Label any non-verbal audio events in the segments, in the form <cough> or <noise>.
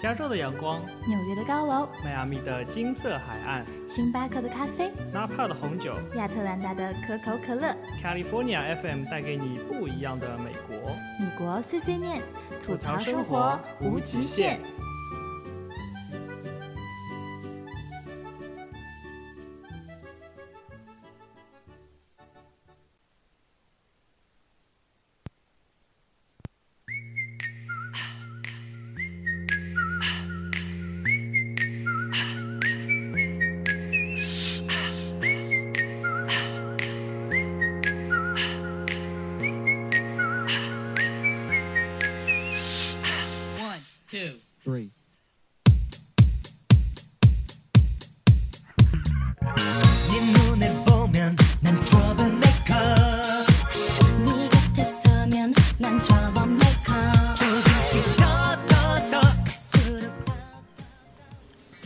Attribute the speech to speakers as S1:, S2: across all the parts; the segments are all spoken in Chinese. S1: 加州的阳光，
S2: 纽约的高楼，
S1: 迈阿密的金色海岸，
S2: 星巴克的咖啡，
S1: 纳帕的红酒
S2: 亚特兰大的可口可乐，
S1: ，California FM 带给你不一样的美国。
S2: 米国碎碎念，吐槽生
S1: 吐槽
S2: 活
S1: 生活
S2: 无极限。
S3: One, two.
S4: three.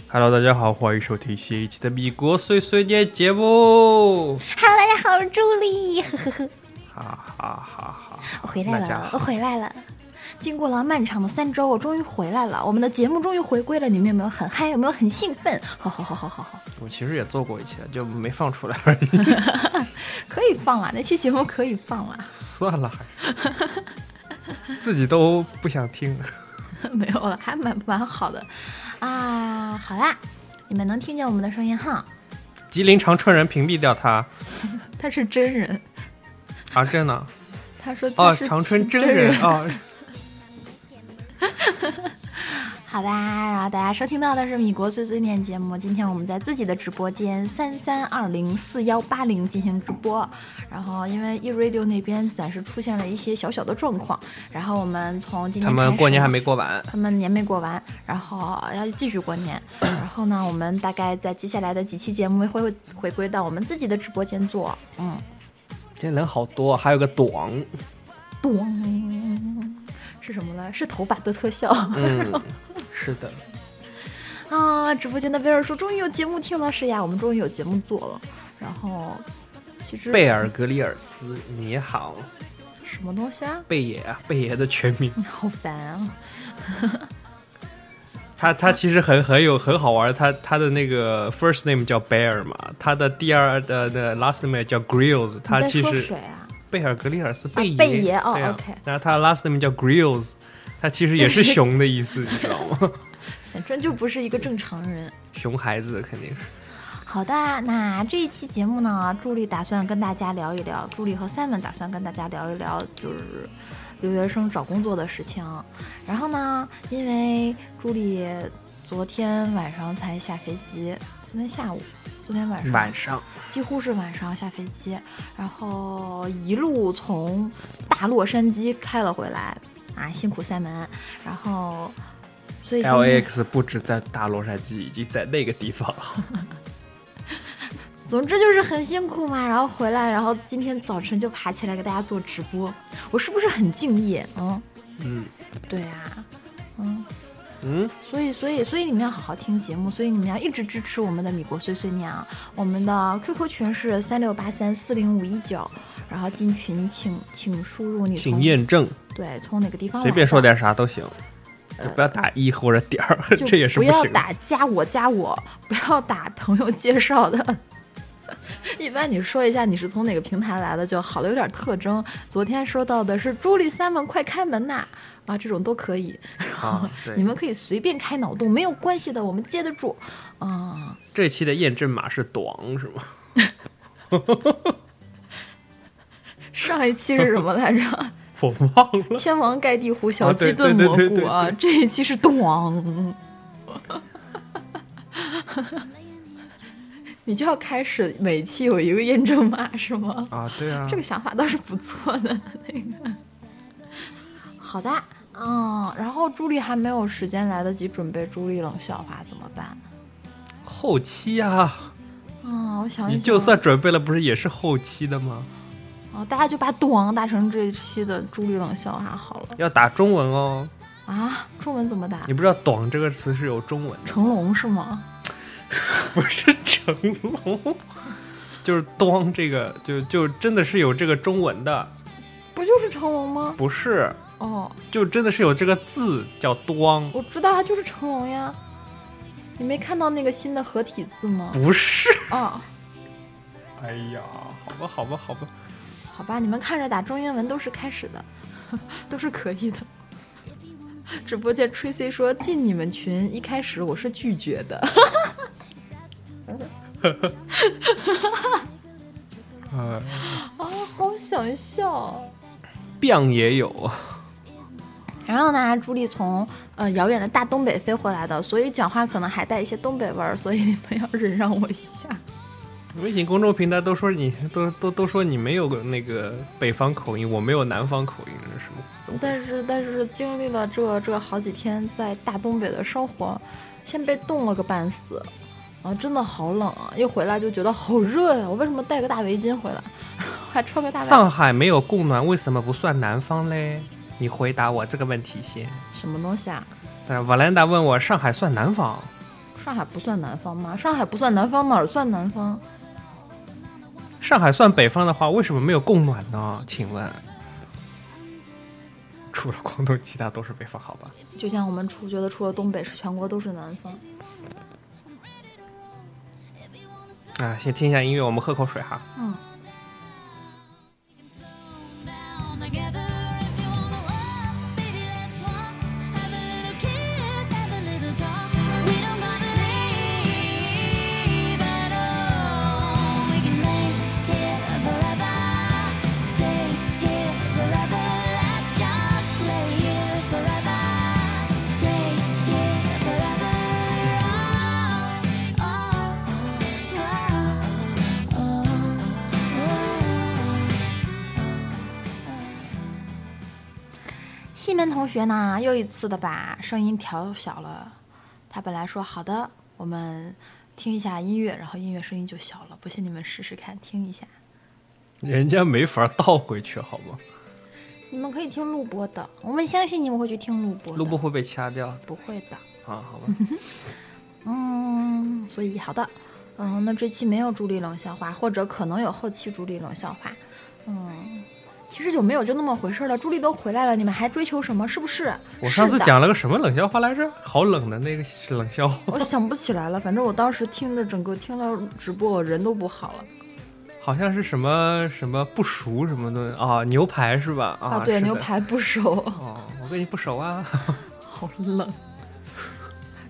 S5: 哈喽，大家好，欢迎收听新一期的《米国碎碎念》节目，
S2: Hello，大家好，我是朱莉， <laughs> 呵呵呵，
S5: 哈哈哈哈！
S2: 我回来
S5: 大家
S2: 了，
S5: 好
S2: 我回来了。经过了漫长的三周，我终于回来了。我们的节目终于回归了，你们有没有很嗨？有没有很兴奋？ <laughs> 好好好好好好，
S5: 我其实也做过一期，就没放出来而已。
S2: 可以放啦，那期节目可以放啦。
S5: <laughs> 算了，还是自己都不想听。
S2: <laughs> 没有了，还蛮蛮好的啊。好啦，你们能听见我们的声音哈？
S5: 吉林长春人屏蔽掉他，
S2: 他是真人，
S5: 啊，真的
S2: 他说他
S5: 哦，
S2: 是
S5: 长春
S2: 真
S5: 真人哦，
S2: 好啦，然后大家收听到的是米国碎碎念节目。今天我们在自己的直播间三三二零四幺八零进行直播。然后因为 E Radio 那边暂时出现了一些小小的状况，然后我们从今天
S5: <laughs> 他们过年还
S2: 没。
S5: 没过完，
S2: 啊他们年没过完，然后要继续过年，然后呢，我们大概在接下来的几期节目会会回归到我们自己的直播间做，嗯，
S5: 今天人好多，还有个短，
S2: 咚，是什么呢？是头发的特效
S5: 嗯，是的，
S2: 啊！直播间的贝尔说，终于有节目听了，是呀，我们终于有节目做了。然后，其实
S5: 贝尔格里尔斯，你好，
S2: 什么东西啊？ <laughs>
S5: 贝爷啊，贝爷的全名。
S2: 你好烦啊！
S5: 他他其实很很有很好玩，他他的那个 first name 叫 Bear 嘛，他的第二的的 last name 叫 Grills，他
S2: 你在
S5: 其
S2: 说
S5: 实
S2: 谁啊？
S5: 贝尔格里尔斯贝爷，
S2: 贝爷哦
S5: 对啊
S2: OK
S5: 然后他的 last name 叫 Grills，他其实也
S2: <laughs>
S5: 是熊的意思，你知道吗？ <laughs>
S2: 反正就不是一个正常人。
S5: 熊孩子肯定是。
S2: 好的，那这一期节目呢，朱莉打算跟大家聊一聊，朱莉和 Simon 打算跟大家聊一聊，就是留学生找工作的事情。然后呢，因为朱莉昨天晚上才下飞机，昨天下午，昨天晚上，
S5: 上，
S2: 几乎是晚上下飞机，然后一路从大洛杉矶开了回来，啊，辛苦 Simon。然后，
S5: <laughs>
S2: 所以今
S5: L
S2: 天
S5: A X 不止在大洛杉矶，已经在那个地方了。
S2: 总之就是很辛苦嘛，然后回来，然后今天早晨就爬起来给大家做直播，我是不是很敬业？嗯，
S5: 嗯
S2: 对啊，嗯，
S5: 嗯，
S2: 所以所以所以你们要好好听节目，所以你们要一直支持我们的米国碎碎念啊，我们的 QQ 群是三六八三四零五一九，然后进群请请输入你
S5: 请
S2: 从
S5: 验证，
S2: 对从哪个地方
S5: 随便说
S2: 来的。
S5: 点啥都行，就不要打一或者点儿，
S2: 呃就
S5: <laughs> 这也是
S2: 不要
S5: 行的。
S2: 打加我加我，不要打朋友介绍的。 <laughs> 一般你说一下你是从哪个平台来的就好了，有点特征。昨天说到的是朱莉三们快开门呐，啊，这种都可以，
S5: 啊，对
S2: 你们可以随便开脑洞，没有关系的，我们接得住。啊、
S5: 这期的验证码是短是吗？
S2: 上一期是什么来着？
S5: <laughs> 我忘了。
S2: 天王盖地虎，小
S5: 啊
S2: 鸡
S5: 对
S2: 炖
S5: 对
S2: 蘑
S5: 对对
S2: 菇啊！这一期是
S5: <laughs>
S2: 咚，你就要开始每期有一个验证码是吗？
S5: 啊，对啊
S2: 这个想法倒是不错的，那个。好的，嗯，然后朱莉还没有时间来得及准备朱莉冷笑话怎么办？
S5: 后期啊，
S2: 嗯，我想一想，
S5: 你就算准备了，不是也是后期的吗？
S2: 哦，大家就把咚打成这一期的朱莉冷笑话好了
S5: 要打中文哦，
S2: 啊！中文怎么打
S5: 你？不知道“短”这个词是有中文的，
S2: 成龙是吗？
S5: 不是成龙， <laughs> 就是“咚”这个，就就真的是有这个中文的，
S2: 不就是成龙吗？
S5: 不是，
S2: 哦，
S5: 就真的是有这个字叫 “duang”，
S2: 我知道它就是成龙呀。你没看到那个新的合体字吗？
S5: 不是。
S2: 哦，
S5: 哎呀，好吧，好吧，好吧，
S2: 好吧，你们看着打中英文都是开始的， <laughs> 都是可以的。 <laughs> 直播间 Tracy 说进你们群，一开始我是拒绝 <laughs> 的。
S5: 呃，
S2: 啊，好想笑。
S5: biang 也有，
S2: 然后呢，朱莉从呃遥远的大东北飞回来的，所以讲话可能还带一些东北味儿，所以你们要忍让我一下。
S5: 微信公众平台都说你都都都说你没有那个北方口音，我没有南方口音，是什么？怎么回事
S2: 但是但是经历了这这好几天在大东北的生活，先被冻了个半死，啊，真的好冷啊！一回来就觉得好热呀、我为什么带个大围巾回来， <laughs> 还穿个大外
S5: 上海没有供暖，为什么不算南方嘞？你回答我这个问题先。
S2: 什么东西啊？
S5: 但瓦兰达问我，上海算南方？
S2: 上海不算南方吗？上海不算南方，哪儿算南方？
S5: 上海算北方的话，为什么没有供暖呢？请问，除了广东，其他都是北方，好吧？
S2: 就像我们除觉得除了东北，是全国都是南方。
S5: 啊，先听一下音乐，我们喝口水哈。
S2: 嗯。
S4: Oh,
S2: 西门同学呢，又一次的把声音调小了。他本来说好的，我们听一下音乐，然后音乐声音就小了。不信你们试试看，听一下。
S5: 人家没法倒回去，好吗？
S2: 你们可以听录播的，我们相信你们会去听录播的。
S5: 录播会被掐掉啊？
S2: 不会的。
S5: 好吧。
S2: 嗯，所以好的，嗯，那这期没有朱莉冷笑话，或者可能有后期朱莉冷笑话。嗯，其实有没有就那么回事了。朱莉都回来了，你们还追求什么？是不是？
S5: 我上次
S2: 是的
S5: 讲了个什么冷笑话来着？好冷的那个冷笑话，
S2: <laughs> 我想不起来了，反正我当时听着整个听到直播，我人都不好了。
S5: 好像是什么什么不熟什么的啊？牛排是吧？啊，
S2: 对，
S5: 是的
S2: 牛。排不熟， <laughs>
S5: 哦，我跟你不熟啊。 <laughs>
S2: 好冷。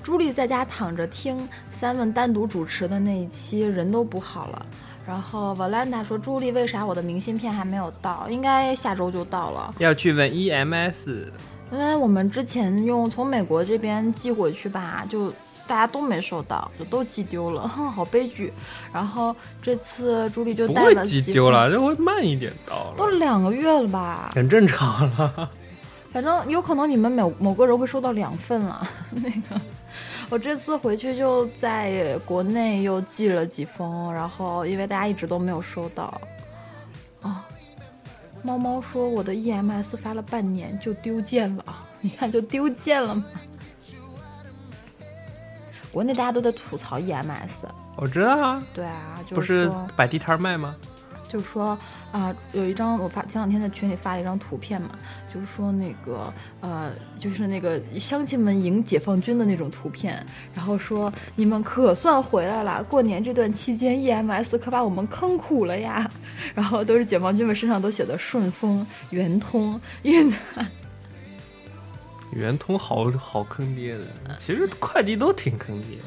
S2: 朱莉在家躺着听 Simon 单独主持的那一期，人都不好了。然后 Valanda 说：“朱莉，为啥我的明信片还没有到？应该下周就到了，
S5: 要去问 E EMS，
S2: 因为我们之前用从美国这边寄回去吧，就大家都没收到，就都寄丢了， <laughs> 哼，好悲剧。然后这次朱莉就
S5: 不
S2: 带
S5: 会
S2: 了
S5: 寄
S2: 几
S5: 丢
S2: 份
S5: 了，就会慢一点到
S2: 都
S5: 了，
S2: 两个月了吧？
S5: 很正常啊了。
S2: 反正有可能你们某某个人会收到两份了。 <laughs> 那个，我这次回去就在国内又寄了几封，然后因为大家一直都没有收到。哦，猫猫说我的 EMS 发了半年就丢件了， <laughs> 你看就丢件了嘛。国内大家都在吐槽 EMS，
S5: <laughs> 我知道啊，
S2: 对啊，就
S5: 不是
S2: 说
S5: 摆地摊卖吗？
S2: 就是说啊、有一张我发前两天在群里发了一张图片嘛，就是说那个呃，就是那个乡亲们迎解放军的那种图片，然后说你们可算回来了，过年这段期间 EMS 可把我们坑苦了呀，然后都是解放军们身上都写的顺丰、 <laughs> 圆通、运南，
S5: 圆通好好坑爹的，其实快递都挺坑爹的。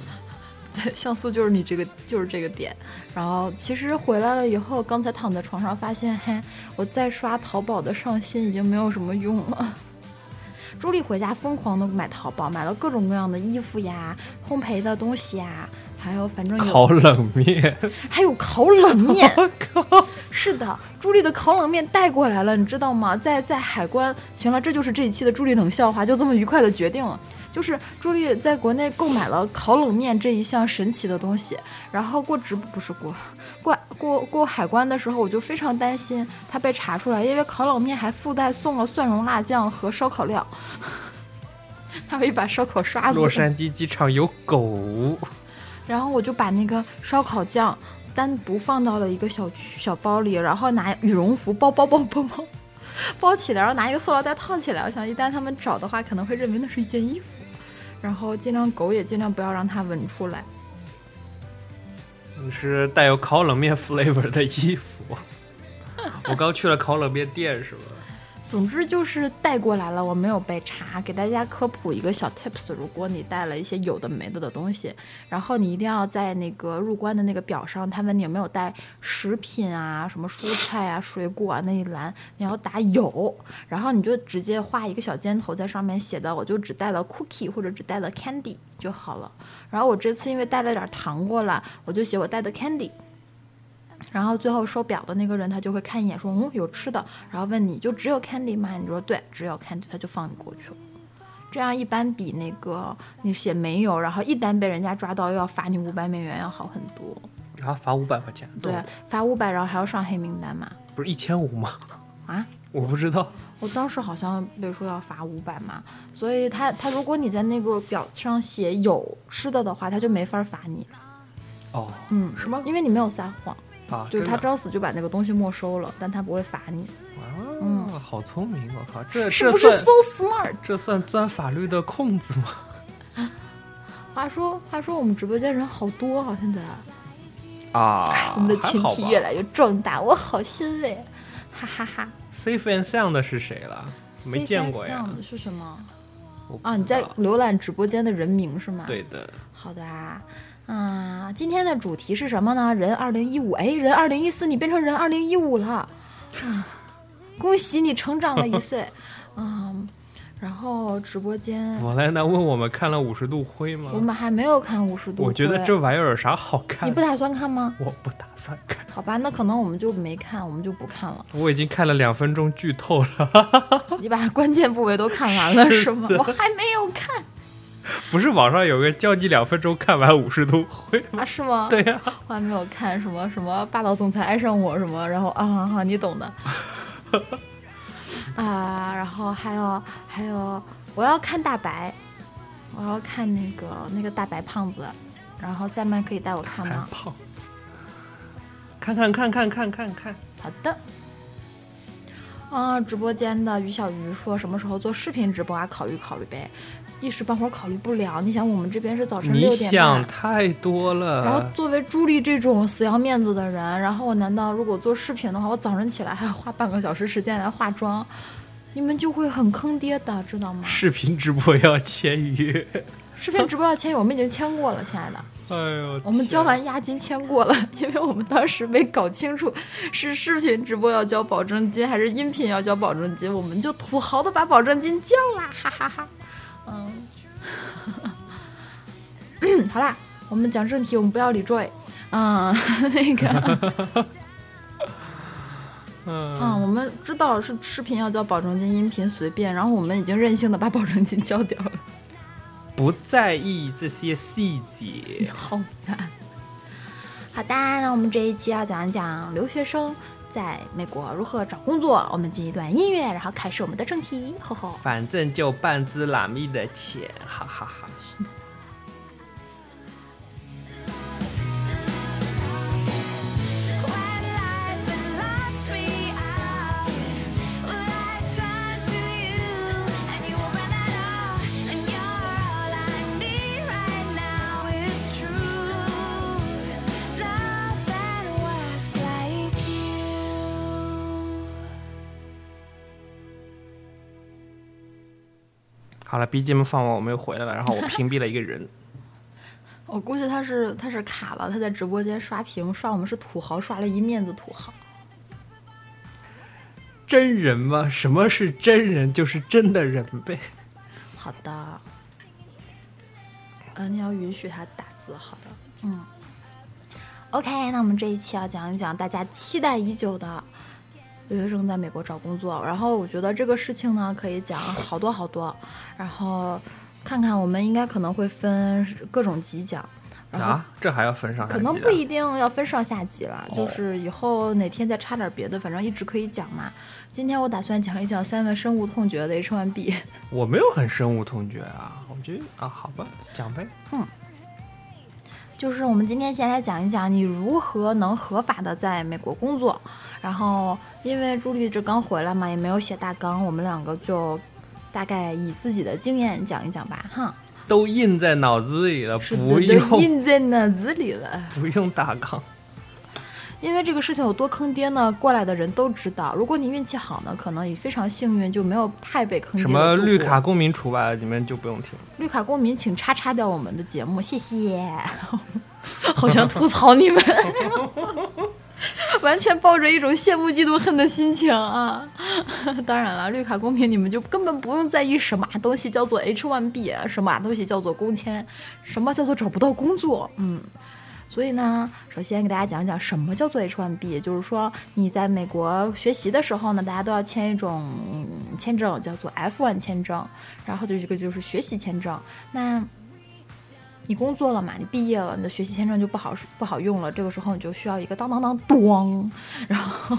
S2: 对， <laughs> 像素就是你这个就是这个点。然后其实回来了以后，刚才躺在床上发现，嘿，我再刷淘宝的上新已经没有什么用了。 <laughs> 朱莉回家疯狂的买淘宝，买了各种各样的衣服呀、烘焙的东西呀，还有反正有
S5: 烤冷面，
S2: 还有烤冷面。
S5: 我靠！
S2: 是的，朱莉的烤冷面带过来了，你知道吗？在在海关，行了，这就是这一期的朱莉冷笑话，就这么愉快的决定了。就是朱莉在国内购买了烤冷面这一项神奇的东西，然后过直不是过过过过海关的时候，我就非常担心她被查出来，因为烤冷面还附带送了蒜蓉辣酱和烧烤料， <laughs> 还有一把烧烤刷子。
S5: 洛杉矶机场有狗，
S2: 然后我就把那个烧烤酱单独放到了一个小区小包里，然后拿羽绒服包包包包包， <laughs> 包起来，然后拿一个塑料袋套起来。我想一旦他们找的话，可能会认为那是一件衣服。然后尽量狗也尽量不要让它闻出来。
S5: 是带有烤冷面 <laughs> flavor 的衣服。 <laughs> 我刚去了烤冷面店是吧？
S2: 总之就是带过来了，我没有被查。给大家科普一个小 tips：如果你带了一些有的没的的东西，然后你一定要在那个入关的那个表上，他问你有没有带食品啊、什么蔬菜啊、水果啊那一栏，你要打有，然后你就直接画一个小箭头在上面写的，我就只带了 cookie 或者只带了 candy 就好了。然后我这次因为带了点糖过来，我就写我带的 candy。然后最后收表的那个人他就会看一眼说，嗯，有吃的，然后问你就只有 candy 吗？你说对，只有 candy，他就放你过去了。这样一般比那个你写没有，然后一旦被人家抓到又要罚你五百美元要好很多。
S5: 啊，罚五百块钱？
S2: 对，啊罚五百，然后还要上黑名单嘛。
S5: 不是一千五吗？ <laughs>
S2: 啊，
S5: 我不知道。
S2: 我当时好像被说要罚五百嘛，所以他他如果你在那个表上写有吃的的话，他就没法罚你了。
S5: 哦
S2: 嗯，是吗？因为你没有撒谎，
S5: 啊，
S2: 就是
S5: 真
S2: 他
S5: 的
S2: 装死就把那个东西没收了，但他不会罚你。嗯
S5: 啊，好聪明！我靠，这
S2: 是
S5: 这
S2: 不是
S5: 算
S2: so smart？
S5: 这算钻法律的空子吗？
S2: 话说，话说我们直播间人好多啊，现在
S5: 啊
S2: <laughs> 我们的群体越来越壮大，我好欣慰，哈哈哈。
S5: Safe and Sound 的是谁了？没见过呀
S2: CPS 上。的是什么
S5: 我不
S2: 啊？
S5: 知
S2: 你在
S5: 道
S2: 浏览直播间的人名是吗？，
S5: 对的，
S2: 好的啊。啊，今天的主题是什么呢？人二零一五，哎，人二零一四，你变成人二零一五了，啊，恭喜你成长了一
S5: <laughs>
S2: 岁，嗯，然后直播间
S5: 我莱娜问我们看了五十度灰吗
S2: 我？们还没有看五十度，
S5: 我觉得这玩意儿有啥好看
S2: 你不
S5: 的？
S2: 打算看吗？
S5: 我不打算看，
S2: 好吧，那可能我们就没看，我们就不看
S5: <laughs>
S2: 了。
S5: 我已经看了两分钟剧透了。
S2: 你把关键部位都看完了
S5: 是
S2: 是吗？我还没有看
S5: 不是网上有个叫你两分钟看完五十 <laughs> 度灰吗？
S2: 啊，是吗？
S5: 对呀、
S2: 我还没有看什么什么霸道总裁爱上我什么，然后啊啊啊，你
S5: <laughs>
S2: 懂的。啊，然后还有还有，我要看大白，我要看那个那个大白胖子，然后下面可以带我看
S5: 还
S2: 吗？
S5: 胖子，看看看看看看看，
S2: 好的。啊，直播间的于小鱼说什么时候做视频直播啊？考虑考虑呗，一时半会儿考虑不了。你想，我们这边是早晨
S5: 你
S2: 六点半
S5: 想，太多
S2: 然后
S5: 了。
S2: 作为朱莉这种死要面子的人，然后我难道如果做视频的话，我早上起来还要花半个小时时间来化妆，你们就会很坑爹的，知道吗？
S5: 视频直播要签约， <laughs>
S2: 视频直播要签约，我们已经签过了，亲爱的，
S5: 哎呦，
S2: 我们
S5: 天
S2: 交完押金签过了，因为我们当时没搞清楚是视频直播要交保证金还是音频要交保证金，我们就土豪的把保证金交啦，哈哈哈。嗯，嗯 <coughs> 好啦，我们讲正题，我们不要理 Joy。嗯， <laughs> 那个。
S5: 嗯，
S2: 嗯，我们知道是视频要交保证金，音频随便，然后我们已经任性的把保证金交掉了，
S5: 不在意这些细节。
S2: 好烦。 <laughs> 好的，那我们这一期要讲一讲留学生在美国如何找工作。我们进一段音乐，然后开始我们的正题。吼吼，
S5: 反正就半只拉米的钱，哈哈哈好了，BGM 放完，我们又回来了，然后我屏蔽了一个 <laughs> 人。
S2: 我估计他是他是卡了，他在直播间刷屏，刷我们是土豪，刷了一面子土豪。
S5: 真人吗？什么是真人？就是真的人呗。
S2: 好的，呃，你要允许他打字，好的，嗯。OK，那我们这一期要讲一讲大家期待已久的留学生在美国找工作。然后我觉得这个事情呢，可以讲好多好多。然后看看我们应该可能会分各种级讲，然后
S5: 啊，这还要分上下
S2: 可
S5: 级的
S2: 能不一定要分上下集了，就
S5: 哦
S2: 是以后哪天再插点别的，反正一直可以讲嘛。今天我打算讲一讲三个深恶痛绝的 H1B。
S5: 我没有很深恶痛绝啊，我觉得啊，好吧，讲呗。
S2: 就是我们今天先来讲一讲你如何能合法的在美国工作。然后，因为朱莉这刚回来嘛，也没有写大纲，我们两个就大概以自己的经验讲一讲吧，哈。
S5: 都印在脑子里
S2: <laughs>
S5: 了，
S2: 是
S5: 不
S2: 的，都
S5: 用
S2: 印在脑子里了。
S5: <laughs> 不用大纲。
S2: 因为这个事情有多坑爹呢，过来的人都知道。如果你运气好呢，可能也非常幸运，就没有太被坑爹。
S5: 什么绿卡、公民除外，你们就不用听。
S2: 绿卡公民，请叉叉掉我们的节目，谢谢。好想吐槽你们，完全抱着一种羡慕、嫉妒、恨的心情啊！当然了，绿卡公民，你们就根本不用在意什么东西叫做 H1B，什啊么东西叫做工签，什么叫做找不到工作，嗯。所以呢，首先给大家讲讲什么叫做 H1B，也就是说你在美国学习的时候呢，大家都要签一种嗯签证，叫做 F1 签证，然后就这个就是学习签证。那你工作了嘛，你毕业了，你的学习签证就不好不好用了，这个时候你就需要一个当当当咣，然后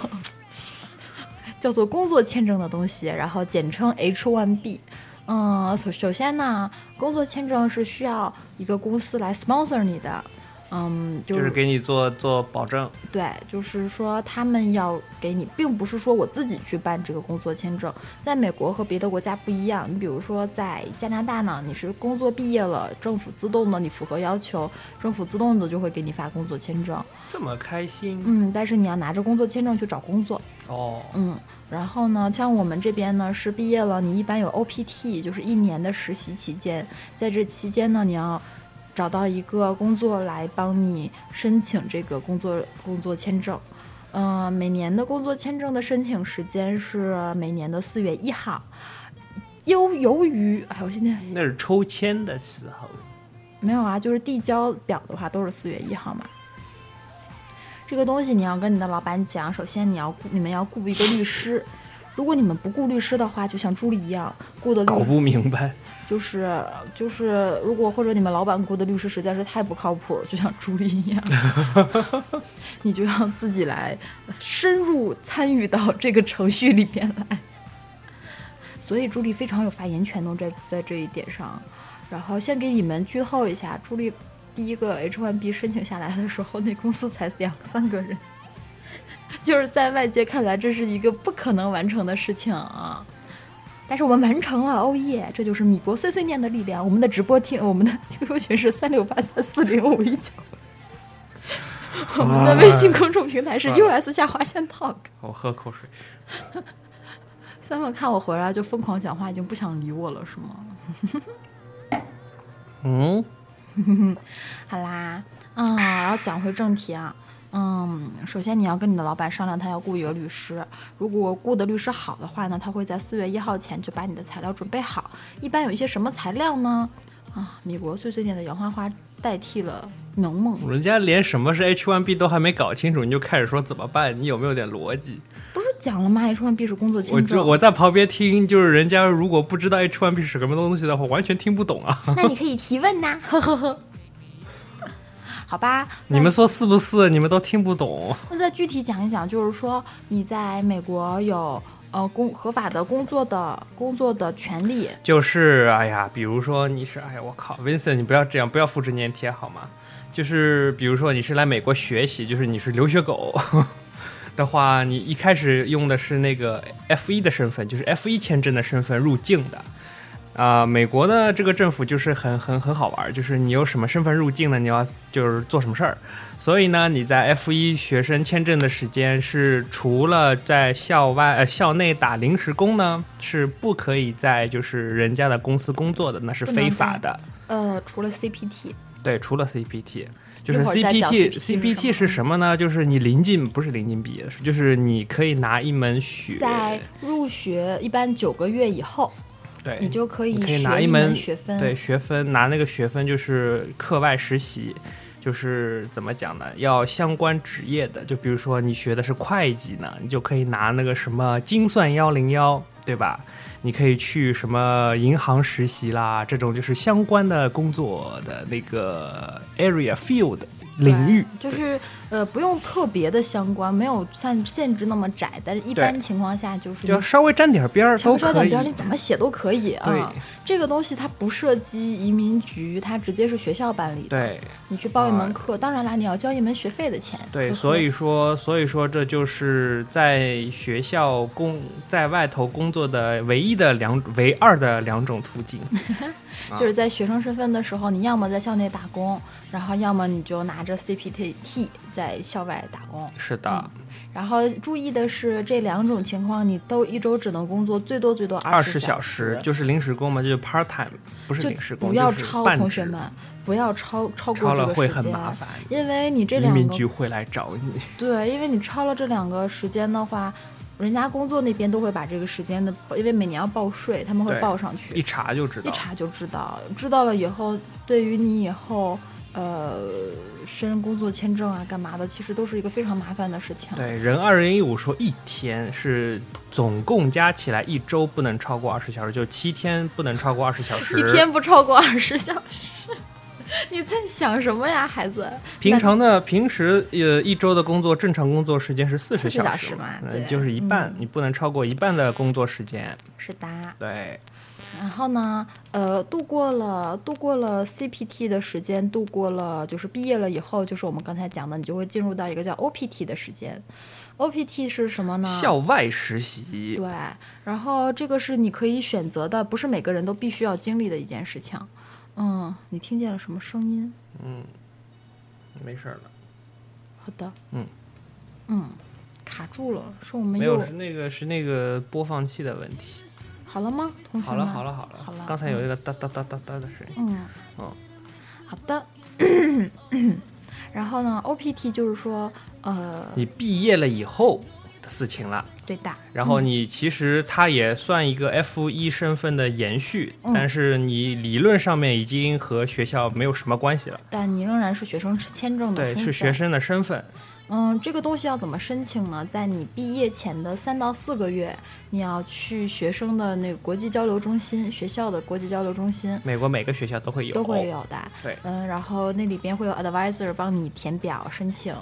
S2: 叫做工作签证的东西，然后简称 H1B。嗯，首首先呢，工作签证是需要一个公司来 sponsor 你的，嗯，就
S5: 就是给你做做保证，
S2: 对，就是说他们要给你，并不是说我自己去办这个工作签证。在美国和别的国家不一样，你比如说在加拿大呢，你是工作毕业了，政府自动的你符合要求，政府自动的就会给你发工作签证。
S5: 这么开心、
S2: 嗯，但是你要拿着工作签证去找工作。
S5: 哦。
S2: 嗯，然后呢，像我们这边呢是毕业了，你一般有 OPT，就是一年的实习期间，在这期间呢，你要找到一个工作来帮你申请这个工作工作签证。呃，每年的工作签证的申请时间是每年的四月一号。由由于，哎，我现在
S5: 那是抽签的时候，
S2: 没有啊，就是递交表的话都是四月一号嘛。这个东西你要跟你的老板讲，首先你要雇你们要雇一个律师，如果你们不雇律师的话，就像朱莉一样雇的律
S5: 搞不明白。
S2: 就是就是，如果或者你们老板雇的律师实在是太不靠谱，就像朱莉一样，你就要自己来深入参与到这个程序里边来。所以朱莉非常有发言权的哦在在这一点上。然后先给你们剧透一下，朱莉第一个 H1B 申请下来的时候，那公司才两三个人， <laughs> 就是在外界看来这是一个不可能完成的事情啊。但是我们完成了，哦耶！这就是米国碎碎念的力量。我们的直播听，我们的 <laughs> QQ 群是三六八三四零五一九， <laughs> 我们的微信公众平台是
S5: 啊
S2: US 下划线 Talk。
S5: 我喝口水。
S2: 三万看我回来就疯狂讲话，已经不想理我了，是吗？
S5: 嗯，
S2: 好啦，嗯，然后讲回正题啊，嗯，首先你要跟你的老板商量，他要雇一个律师。如果雇的律师好的话呢，他会在四月一号前就把你的材料准备好。一般有一些什么材料呢？啊，米国碎碎念的杨花花代替了萌萌，
S5: 人家连什么是 H1B 都还没搞清楚，你就开始说怎么办？你有没有点逻辑？
S2: 不是讲了吗？H1B 是工作
S5: 我
S2: 签
S5: 就
S2: 证，
S5: 我在旁边听，就是人家如果不知道 H1B 是什么东西的话，完全听不
S2: <laughs>
S5: 懂啊。
S2: 那你可以提问呐，呵呵呵。好吧，那
S5: 你们说是不是？你们都听不懂。
S2: 那再具体讲一讲，就是说你在美国有呃工合法的工作的工作的权利，
S5: 就是哎呀，比如说你是哎呀，我靠，Vincent，你不要这样，不要复制粘贴好吗？就是比如说你是来美国学习，就是你是留学狗 <laughs> 的话，你一开始用的是那个 F 一的身份，就是 F 一签证的身份入境的。啊、美国呢，这个政府就是很很很好玩儿，就是你有什么身份入境呢，你要就是做什么事儿。所以呢，你在 F 一学生签证的时间是除了在校外呃校内打临时工呢，是不可以在就是人家的公司工作的，那是
S2: 不能
S5: 非法
S2: 干
S5: 的。
S2: 呃，除了 CPT，
S5: 对，除了 CPT，就是
S2: 一会儿再讲
S5: CPT
S2: CPT 是什么
S5: CPT 是什么呢？就是你临近不是临近毕业，是就是你可以拿一门学，
S2: 在入学一般九个月以后，
S5: 对，
S2: 你就可以
S5: 哎你可以
S2: 学
S5: 拿一
S2: 门
S5: 门
S2: 学分，
S5: 对，学分，拿那个学分就是课外实习，就是怎么讲呢？要相关职业的，就比如说你学的是会计呢，你就可以拿那个什么精算幺零幺，对吧？你可以去什么银行实习啦，这种就是相关的工作的那个 area field 领域，
S2: 就
S5: 对
S2: 是呃，不用特别的相关，没有像限制那么窄，但是一般
S5: 对
S2: 情况下就是
S5: 就要稍微沾点边儿
S2: 你前
S5: 都
S2: 面刷
S5: 可
S2: 点
S5: 以
S2: 标，。你怎么写都可以
S5: 对
S2: 啊。这个东西它不涉及移民局，它直接是学校办理的。
S5: 对
S2: 你去报一门
S5: 啊
S2: 课，当然啦，你要交一门学费的钱。呵
S5: 对，
S2: 呵
S5: 所以说所以说这就是在学校工在外头工作的唯一的两唯二的两种途径。
S2: 嗯
S5: 啊
S2: 就是在学生身份的时候，你要么在校内打工，然后要么你就拿着 CPT 在校外打工。
S5: 是的，
S2: 然后注意的是，这两种情况你都一周只能工作最多最多
S5: 二
S2: 十
S5: 十小时
S2: 时，
S5: 就是临时工嘛，就是 part time，不是
S2: 就
S5: 临时工，
S2: 不要
S5: 就是
S2: 超，
S5: 半
S2: 同学
S5: 职
S2: 们，不要超超
S5: 超
S2: 过这
S5: 了
S2: 个
S5: 会
S2: 时
S5: 很
S2: 间
S5: 麻烦，
S2: 因为你这
S5: 移
S2: 两
S5: 民
S2: 个
S5: 局会来找你。
S2: 对，因为你超了这两个时间的话，人家工作那边都会把这个时间的，因为每年要报税，他们会
S5: 对
S2: 报上
S5: 一
S2: 去，
S5: 查就知道。
S2: 一查就知道。知道了以后，对于你以后呃申工作签证啊干嘛的，其实都是一个非常麻烦的事情。
S5: 对，人二零一五说一天是总共加起来一周不能超过二十小时，就七天不能超过二十小时。
S2: 一天不超过二十小时，你在想什么呀，孩子？
S5: 平常的平时呃一周的工作正常工作时间是四十
S2: 40小时
S5: 时
S2: 嘛
S5: 嗯
S2: 对
S5: 就是一半，你不能超过一半的工作时间。
S2: 是的。
S5: 对，
S2: 然后呢，呃，度过了度过了 CPT 的时间，度过了就是毕业了以后，就是我们刚才讲的，你就会进入到一个叫 OPT 的时间。OPT 是什么呢？
S5: 校外实习
S2: 嗯对，然后这个是你可以选择的，不是每个人都必须要经历的一件事情。嗯，你听见了什么声音？
S5: 嗯没事儿了，
S2: 好的，
S5: 嗯
S2: 嗯，卡住了，是我们
S5: 没
S2: 又
S5: 有是那个是那个播放器的问题。
S2: 好了吗？同学
S5: 好了
S2: 们
S5: 好了好了，
S2: 嗯好了
S5: 刚才有一个哒哒哒哒哒的声音。
S2: 嗯，
S5: 哦
S2: 好的。 <coughs> 然后呢，OPT 就是说，呃，
S5: 你毕业了以后的事情了。
S2: 对的，
S5: 然后你其实它也算一个 F 一身份的延续，
S2: 嗯
S5: 但是你理论上面已经和学校没有什么关系了，
S2: 但你仍然是学生签证的
S5: 对，
S2: 身份。
S5: 是学。生的身份，
S2: 嗯，这个东西要怎么申请呢？在你毕业前的三到四个月，你要去学生的那个国际交流中心，学校的国际交流中心
S5: 美国每个学校都会有，哦
S2: 都会有的。
S5: 对
S2: 嗯，然后那里边会有 advisor 帮你填表申请。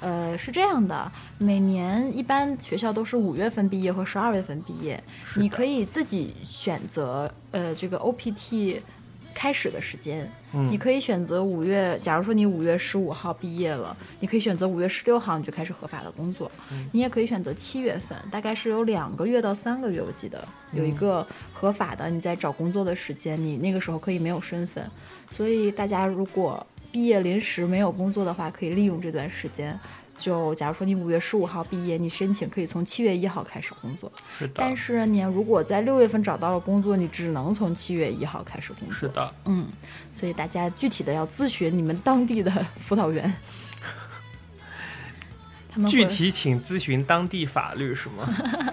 S2: 呃，是这样的，每年一般学校都是五月份毕业和十二月份毕业，
S5: 是的
S2: 你可以自己选择呃这个 OPT 开始的时间，
S5: 嗯
S2: 你可以选择五月，假如说你五月十五号毕业了，你可以选择五月十六号你就开始合法的工作，你也可以选择七月份，大概是有两个月到三个月，我记得
S5: 嗯
S2: 有一个合法的你在找工作的时间，你那个时候可以没有身份，所以大家如果毕业临时没有工作的话，可以利用这段时间。就假如说你五月十五号毕业，你申请可以从七月一号开始工作。
S5: 是的，
S2: 但是你如果在六月份找到了工作，你只能从七月一号开始工
S5: 是
S2: 作。
S5: 的，
S2: 嗯，所以大家具体的要咨询你们当地的 <laughs> 辅导
S5: <laughs>
S2: 员，他们
S5: 具
S2: 会
S5: 体请咨询当地法律是吗？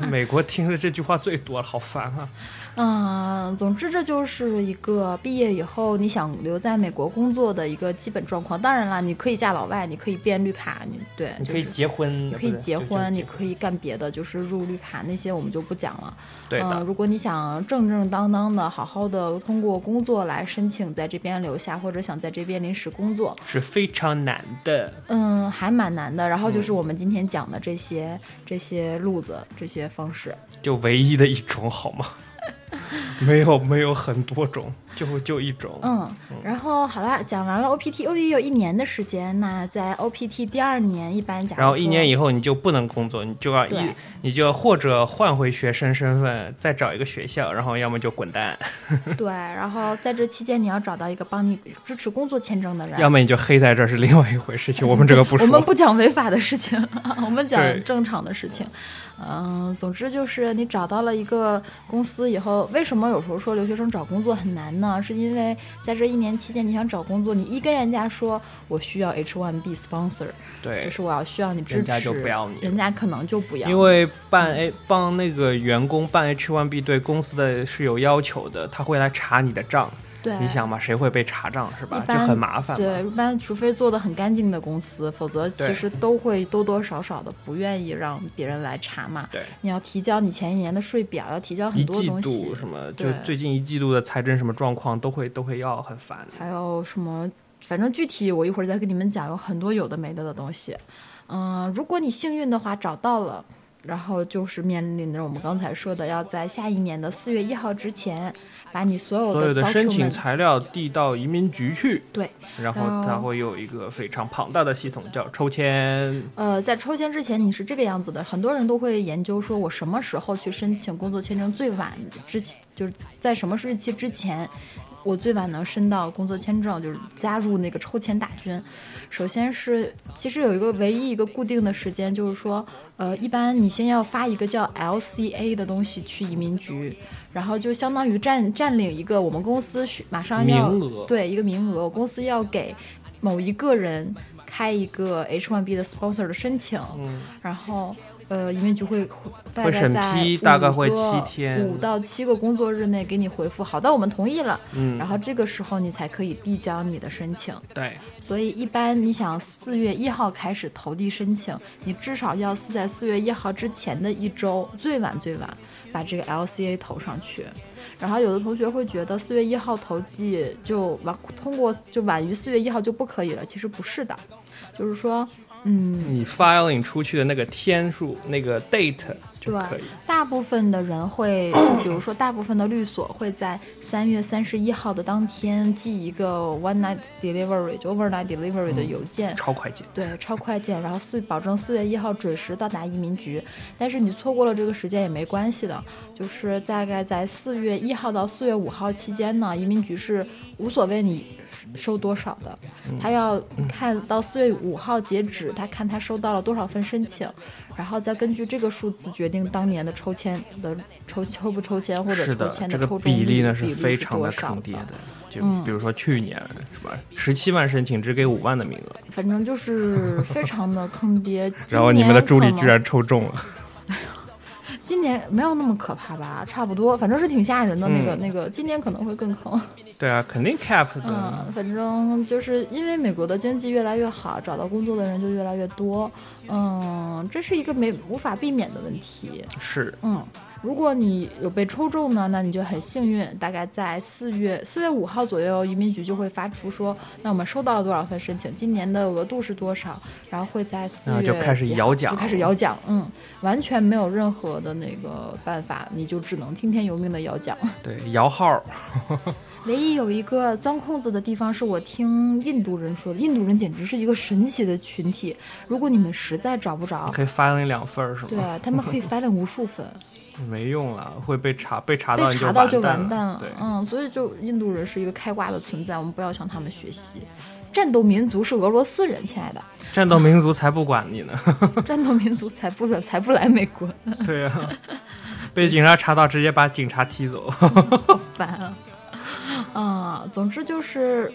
S5: 美国听的这句话最多了，好烦啊！
S2: 嗯，总之这就是一个毕业以后你想留在美国工作的一个基本状况。当然啦，你可以嫁老外，你可以变绿卡，你对，
S5: 你
S2: 就
S5: 可以
S2: 是
S5: 结婚，
S2: 你可以
S5: 不是
S2: 结
S5: 就就
S2: 婚，你
S5: 结
S2: 可以干别的，就是入绿卡那些我们就不讲了。
S5: 对
S2: 嗯、
S5: 的，
S2: 如果你想正正当当的、好好的通过工作来申请在这边留下，或者想在这边临时工作，
S5: 是非常难的，
S2: 嗯，还蛮难的。然后
S5: 嗯
S2: 就是我们今天讲的这些、这些路子、这些方式。
S5: 就唯一的一种好
S2: <laughs>
S5: 吗？没有没有很多种，就就一种，
S2: 嗯，然后好啦，讲完了 OPT，OPT 有一年的时间。那在 OPT 第二年，一般假如
S5: 然后一年
S2: 以
S5: 以后你就不能工作，你就要一
S2: 对
S5: 你就要或者换回学生身份，再找一个学校，然后要么就滚蛋，
S2: 对，然后在这期间你要找到一个帮你支持工作签证的人。
S5: 要么你就黑在这儿是另外一回
S2: <laughs>
S5: 事情。我们这个不
S2: 我
S5: 说，
S2: 们不讲违法的事情， <laughs> 我们讲
S5: 对
S2: 正常的事情。嗯，总之就是你找到了一个公司以后，为什么有时候说留学生找工作很难呢？是因为在这一年期间，你想找工作，你一跟人家说我需要 H1B sponsor，就
S5: 对，
S2: 是我要需要你支持，
S5: 人家就不要你
S2: 人家可能就不要，
S5: 因为办 A 帮那个员工办 H1B 对公司的是有要求的，他会来查你的账。
S2: 对，
S5: 你想嘛，谁会被查账是吧？
S2: 呃一
S5: 就
S2: 般
S5: 很麻烦嘛。
S2: 对，一般除非做的很干净的公司，否则其
S5: 对
S2: 实都会多多少少的不愿意让别人来查嘛。
S5: 对，
S2: 你要提交你前一年的税表，要提交
S5: 一
S2: 很多
S5: 季
S2: 东西
S5: 度，什么，就
S2: 对
S5: 最近一季度的财政什么状况都会都会要很烦。
S2: 还有什么反正具体我一会儿再跟你们讲，有很多有的没的的东西。嗯、如果你幸运的话找到了，然后就是面临着我们刚才说的，要在下一年的四月一号之前，把你所有的
S5: 所有的申请
S2: document 哦
S5: 材料递到移民局去，
S2: 对，
S5: 然后
S2: 然后
S5: 它会有一个非常庞大的系统叫抽签，
S2: 呃，在抽签之前你是这个样子的，很多人都会研究说我什么时候去申请工作签证，最晚之前就是在什么日期之前，我最晚能申到工作签证，就是加入那个抽签大军。首先是，其实有一个唯一一个固定的时间，就是说，呃，一般你先要发一个叫 LCA 的东西去移民局，然后就相当于占占领一个我们公司需马上要
S5: 名额
S2: 对一个名额，我公司要给某一个人开一个 H1B 的 sponsor 的申请，
S5: 嗯，
S2: 然后呃，移民局会大概
S5: 会审
S2: 在
S5: 批大概
S2: 5
S5: 会
S2: 个
S5: 7天
S2: 五到七个工作日内给你回复，好的，我们同意了，
S5: 嗯
S2: 然后这个时候你才可以递交你的申请。
S5: 对，
S2: 所以一般你想四月一号开始投递申请，你至少要是在四月一号之前的一周，最晚最晚把这个 LCA 投上去。然后有的同学会觉得四月一号投递就晚，通过就晚于四月一号就不可以了，其实不是的，就是说，嗯，
S5: 你 filing 出去的那个天数那个 date 就可以，
S2: 大部分的人会，比如说大部分的律所会在三月三十一号的当天寄一个 one night delivery，就 overnight delivery 的邮件，
S5: 超快捷，
S2: 对，超快件，然后四保证四月一号准时到达移民局。但是你错过了这个时间也没关系的，就是大概在四月一号到四月五号期间呢，移民局是无所谓你收多少的，
S5: 嗯
S2: 他要看到四月五号截止，他看他收到了多少份申请，然后再根据这个数字决定当年的抽签的抽抽不抽签或者
S5: 是
S2: 抽
S5: 的，
S2: 签
S5: 这个
S2: 抽中
S5: 比例呢
S2: 比
S5: 是非常
S2: 多
S5: 的
S2: 少
S5: 坑爹的。就
S2: 嗯
S5: 比如说去年是吧，十七万申请只给五万的名额，
S2: 反正就是非常的坑爹。
S5: <laughs> 然后你们的助理
S2: 今年可能
S5: 居然抽中了，
S2: 今年没有那么可怕吧，差不多，反正是挺吓人的那个、
S5: 嗯
S2: 那个。今年可能会更坑，
S5: 对啊，肯定 cap 的，
S2: 嗯，反正就是因为美国的经济越来越好，找到工作的人就越来越多，嗯，这是一个没无法避免的问题，
S5: 是
S2: 嗯。如果你有被抽中呢，那你就很幸运。大概在四月四月五号左右，移民局就会发出说，那我们收到了多少份申请，今年的额度是多少，然后会在四
S5: 然
S2: 月
S5: 后就开始
S2: 几号
S5: 摇奖
S2: 就开始摇奖，嗯，完全没有任何的那个办法，你就只能听天由命的摇奖。
S5: 对摇号，
S2: <laughs> 唯一有一个钻空子的地方是我听印度人说的，印度人简直是一个神奇的群体。如果你们实在找不着，
S5: 可以 filing 两份儿是吗？
S2: 对啊，他们
S5: <laughs>
S2: 可以 filing 无数份，
S5: 没用了，会被查，被查到
S2: 被
S5: 你
S2: 查到就
S5: 完
S2: 完蛋了
S5: 对，。
S2: 嗯，所以就印度人是一个开挂的存在，我们不要向他们学习。战斗民族是俄罗斯人，亲爱
S5: <laughs>
S2: 的，
S5: 战斗民族才不管你呢。
S2: 战斗民族才不才不来美国，
S5: <laughs> 对啊，被警察查到，直接把警察踢走。
S2: 好烦啊！啊、总之就是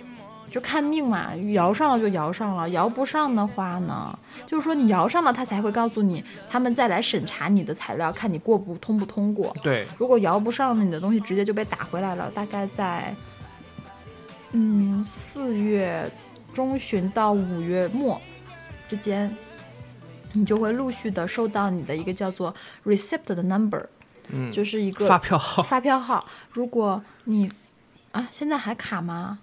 S2: 就看命嘛，摇上了就摇上了，摇不上的话呢，就是说你摇上了，他才会告诉你，他们再来审查你的材料，看你过不通不通过。
S5: <laughs> 对，
S2: 如果摇不上呢，你的东西直接就被打回来了。大概在嗯四月中旬到五月末之间，你就会陆续的收到你的一个叫做 receipt 的 number，
S5: 嗯，
S2: 就是一个
S5: 发票号
S2: 发票号。如果你啊，现在还卡吗？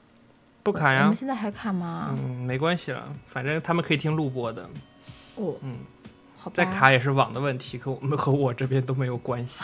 S5: 不卡
S2: 我
S5: 哎呀
S2: 们。现在还卡吗？
S5: 嗯，啊没关系了，反正他们可以听录播的，
S2: 哦，
S5: 嗯，
S2: 好吧。
S5: 再卡也是网的问题，和我们和我这边都没有关系。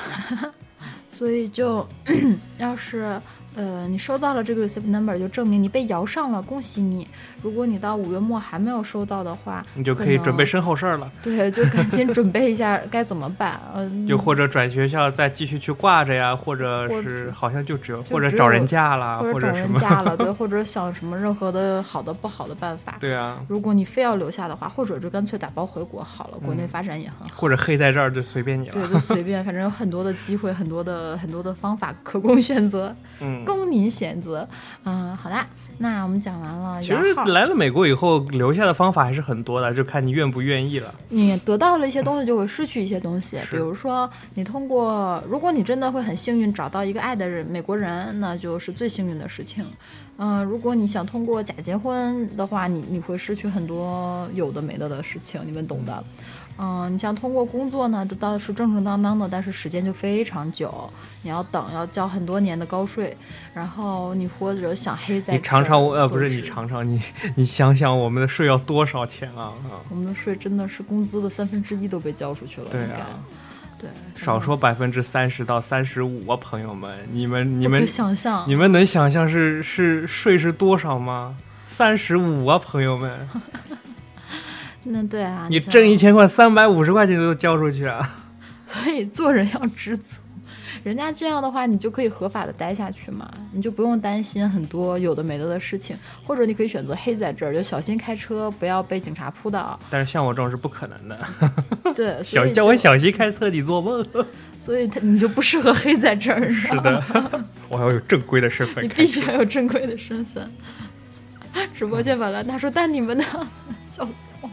S2: 所以就 <clears throat> 要是呃你收到了这个 receipt number，就证明你被摇上了，恭喜你。如果你到五月末还没有收到的话，
S5: 你就可以
S2: 能
S5: 准备身后事儿了，
S2: 对，就赶紧准备一
S5: <laughs>
S2: 下该怎么办。嗯，
S5: 又或者转学校再继续去挂着呀，或者
S2: 或
S5: 是好像就只有
S2: 就
S5: 或者
S2: 只
S5: 找
S2: 有
S5: 人架啦，
S2: 或
S5: 或
S2: 者找
S5: 者什
S2: 人
S5: 么。
S2: 家了，
S5: <laughs>
S2: 对，或者想什么任何的好的不好的办法。
S5: 对啊，
S2: 如果你非要留下的话，或者就干脆打包回国好了，国内
S5: 嗯
S2: 发展也很好。
S5: 或者黑在这儿就随便你
S2: 对，
S5: 了。
S2: 就随便，反正有很多的机会，很多的很多的方法可供选择，
S5: 嗯，
S2: 供您选择。嗯，好啦，那我们讲完了
S5: 其
S2: 摇
S5: 实
S2: 号，
S5: 来了美国以后，留下的方法还是很多的，就看你愿不愿意了。
S2: 你得到了一些东西，就会失去一些东西。
S5: 是
S2: 比如说，你通过，如果你真的会很幸运找到一个爱的人，美国人，那就是最幸运的事情。嗯、如果你想通过假结婚的话，你你会失去很多有的没的的事情，你们懂的。嗯、你像通过工作呢，这倒是正正当当的，但是时间就非常久，你要等，要交很多年的高税，然后你或者想黑在
S5: 你尝尝我
S2: 这儿
S5: 呃不是
S2: 做
S5: 你
S2: 事
S5: 尝尝你你想想我们的税要多少钱啊啊！
S2: 我们的税真的是工资的三分之一都被交出去了，
S5: 对
S2: 应该
S5: 啊，
S2: 对，
S5: 少说百分之三十到三十五啊，朋友们，你们你
S2: 不可
S5: 们
S2: 想象，
S5: 你们能想象是是税是多少吗？三十五啊，朋友们，
S2: 那对啊，
S5: 你
S2: 想
S5: 挣一千块，三百五十块钱都交出
S2: <laughs>
S5: 去啊！
S2: 所以做人要知足。人家这样的话，你就可以合法的待下去嘛，你就不用担心很多有的没的的事情，或者你可以选择黑在这儿，就小心开车，不要被警察扑倒。
S5: 但是像我这种是不可能的， <laughs>
S2: 对，所
S5: 小
S2: 以
S5: 叫我
S2: 就，
S5: 小心开车，你做梦。
S2: 所以他你就不适合黑在这儿， <laughs> 是
S5: 是
S2: <laughs>
S5: 的， <laughs> 我要有正规的身份
S2: 你
S5: 开
S2: 必
S5: 始。
S2: 须要有正规的身份。 <laughs> 直播间瓦兰达说：“但你们呢？ <laughs> 笑死我。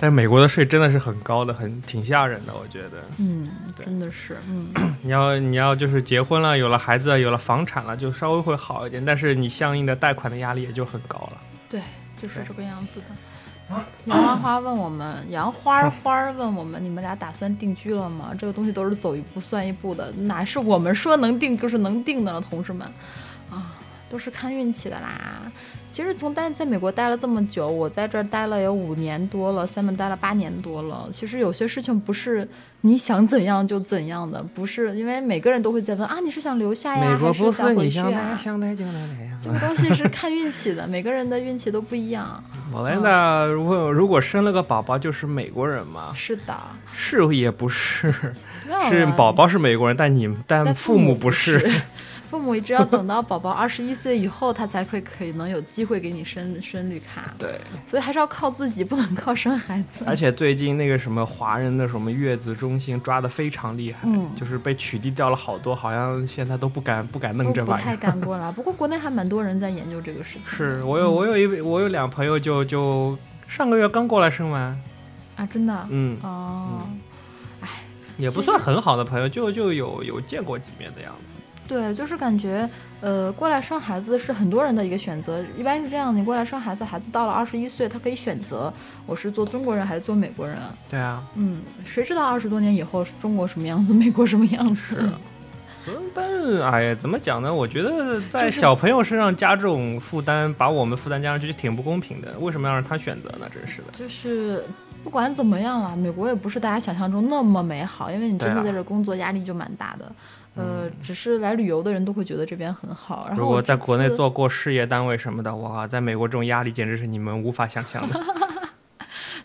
S5: 但是美国的税真的是很高的，很挺吓人的，我觉得。
S2: 嗯，
S5: 对
S2: 真的是，嗯，
S5: 你要你要就是结婚了，有了孩子，有了房产了，就稍微会好一点，但是你相应的贷款的压力也就很高了。
S2: 对，就是
S5: 对
S2: 这个样子的。杨花花问我们，杨花花问我们，你们俩打算定居了吗？这个东西都是走一步算一步的，哪是我们说能定就是能定的了，同志们啊，都是看运气的啦。其实从待在美国待了这么久，我在这儿待了有五年多了，Simon 待了八年多了。其实有些事情不是你想怎样就怎样的，不是因为每个人都会在问啊，你是想留下呀，
S5: 美国
S2: 还
S5: 不
S2: 想回
S5: 你
S2: 去
S5: 想哪
S2: 啊？
S5: 想哪就哪哪样
S2: 这。个东西是看运气的，每个人的运气都不一样。
S5: 莫莱娜如果如果生了个宝宝就是美国人嘛，
S2: 是的，
S5: 是也不是，
S2: 没有
S5: 是
S2: 了
S5: 宝，宝是美国人，但你但
S2: 但
S5: 父母
S2: 母
S5: 不
S2: 是
S5: <laughs> 是。，
S2: 父母一直要等到宝宝二十一岁以后，他才会可以能有机会给你申申绿卡，
S5: 对，
S2: 所以还是要靠自己，不能靠生孩子。
S5: 而且最近那个什么华人的什么月子中心抓的非常厉害，
S2: 嗯
S5: 就是被取缔掉了好多，好像现在都不敢不敢弄
S2: 不
S5: 这
S2: 不
S5: 玩意
S2: 太
S5: 儿。
S2: 敢过来，不过国内还蛮多人在研究这个事情的。
S5: 是我有我有一位我有两朋友就就上个月刚过来生完，
S2: 啊，真的
S5: 嗯，
S2: 哦，
S5: 也不算很好的朋友，就就有有见过几面的样子。
S2: 对，就是感觉，呃，过来生孩子是很多人的一个选择。一般是这样，你过来生孩子，孩子到了二十一岁，他可以选择我是做中国人还是做美国人。
S5: 对啊，
S2: 嗯，谁知道二十多年以后中国什么样子，美国什么样子？
S5: 嗯，但是哎呀，怎么讲呢？我觉得在
S2: 就是
S5: 小朋友身上加这种负担，把我们负担加上去，就挺不公平的。为什么要让他选择呢？真是的。
S2: 就是不管怎么样啦，美国也不是大家想象中那么美好，因为你真
S5: 对啊
S2: 的在这工作压力就蛮大的。呃，只是来旅游的人都会觉得这边很好。然后
S5: 啊如果
S2: 我
S5: 在
S2: 这
S5: 国内
S2: 次
S5: 做过事业单位什么的，哇，在美国这种压力简直是你们无法想象
S2: <laughs>
S5: 的。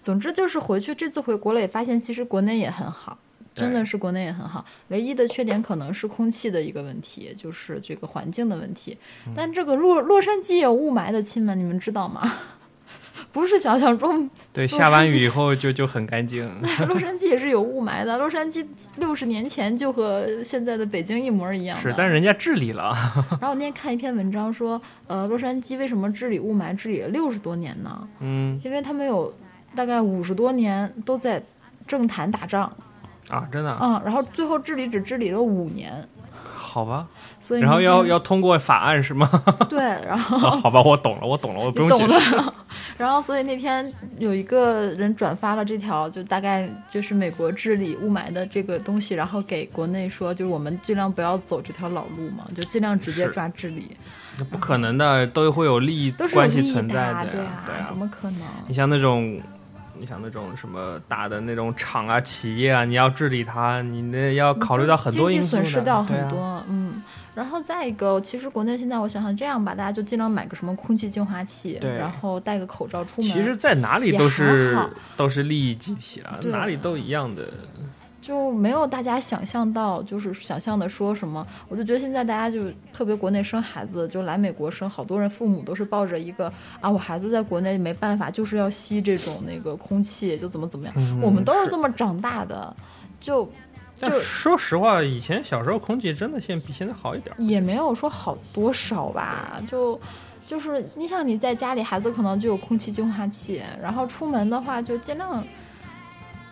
S2: 总之就是回去这次回国了，也发现其实国内也很好，
S5: 对
S2: 真的是国内也很好。唯一的缺点可能是空气的一个问题，就是这个环境的问题。
S5: 嗯
S2: 但这个洛洛杉矶也有雾霾的，亲们，你们知道吗？ <laughs> 不是想象中，
S5: 对，
S2: 洛
S5: 下完
S2: 杉矶
S5: 雨以后就就很干净。
S2: <laughs>
S5: <laughs>
S2: 洛杉矶也是有雾霾的。洛杉矶六十年前就和现在的北京一模一样的。
S5: 是，但是人家治理了，
S2: 然后我那天看一篇文章说，呃，洛杉矶为什么治理雾霾治理了六十多年呢？
S5: 嗯
S2: 因为他们有大概五十多年都在政坛打仗，
S5: 啊，真的啊，
S2: 嗯，然后最后治理只治理了五年，
S5: 好吧。
S2: 所以
S5: 然后
S2: 你
S5: 要
S2: 看
S5: 要通过法案是吗？
S2: 对，然后
S5: 啊 <laughs> 好吧，我懂了，我懂了，我不用解
S2: 懂
S5: 释。
S2: 了。 <laughs> 然后，所以那天有一个人转发了这条，就大概就是美国治理雾霾的这个东西，然后给国内说，就是我们尽量不要走这条老路嘛，就尽量直接
S5: 是
S2: 抓治理，
S5: 那不可能的，都会有利益
S2: 都是有
S5: 关系
S2: 利益
S5: 存
S2: 的
S5: 在
S2: 啊，
S5: 的
S2: 对
S5: 呀，对
S2: 怎么可能？
S5: 你像那种，你像那种什么大的那种厂啊、企业啊，你要治理它，你那要考虑到很多因
S2: 经济
S5: 素的，
S2: 损失掉
S5: 对
S2: 很多，
S5: 啊。
S2: 嗯。然后再一个，其实国内现在我想想这样吧，大家就尽量买个什么空气净化器，
S5: 对
S2: 然后戴个口罩出门。
S5: 其实，在哪里
S2: 也
S5: 都
S2: 还
S5: 是
S2: 好
S5: 都是利益集体啊，
S2: 对
S5: 哪里都一样的。
S2: 就没有大家想象到，就是想象的说什么，我就觉得现在大家就特别国内生孩子，就来美国生，好多人父母都是抱着一个啊，我孩子在国内没办法，就是要吸这种那个空气，就怎么怎么样，
S5: 嗯
S2: 我们都是
S5: 是
S2: 这么长大的，就就
S5: 但说实话，以前小时候空气真的现比现在好一点儿。
S2: 也没有说好多少吧，就。就是你想你在家里，孩子可能就有空气净化器，然后出门的话就尽量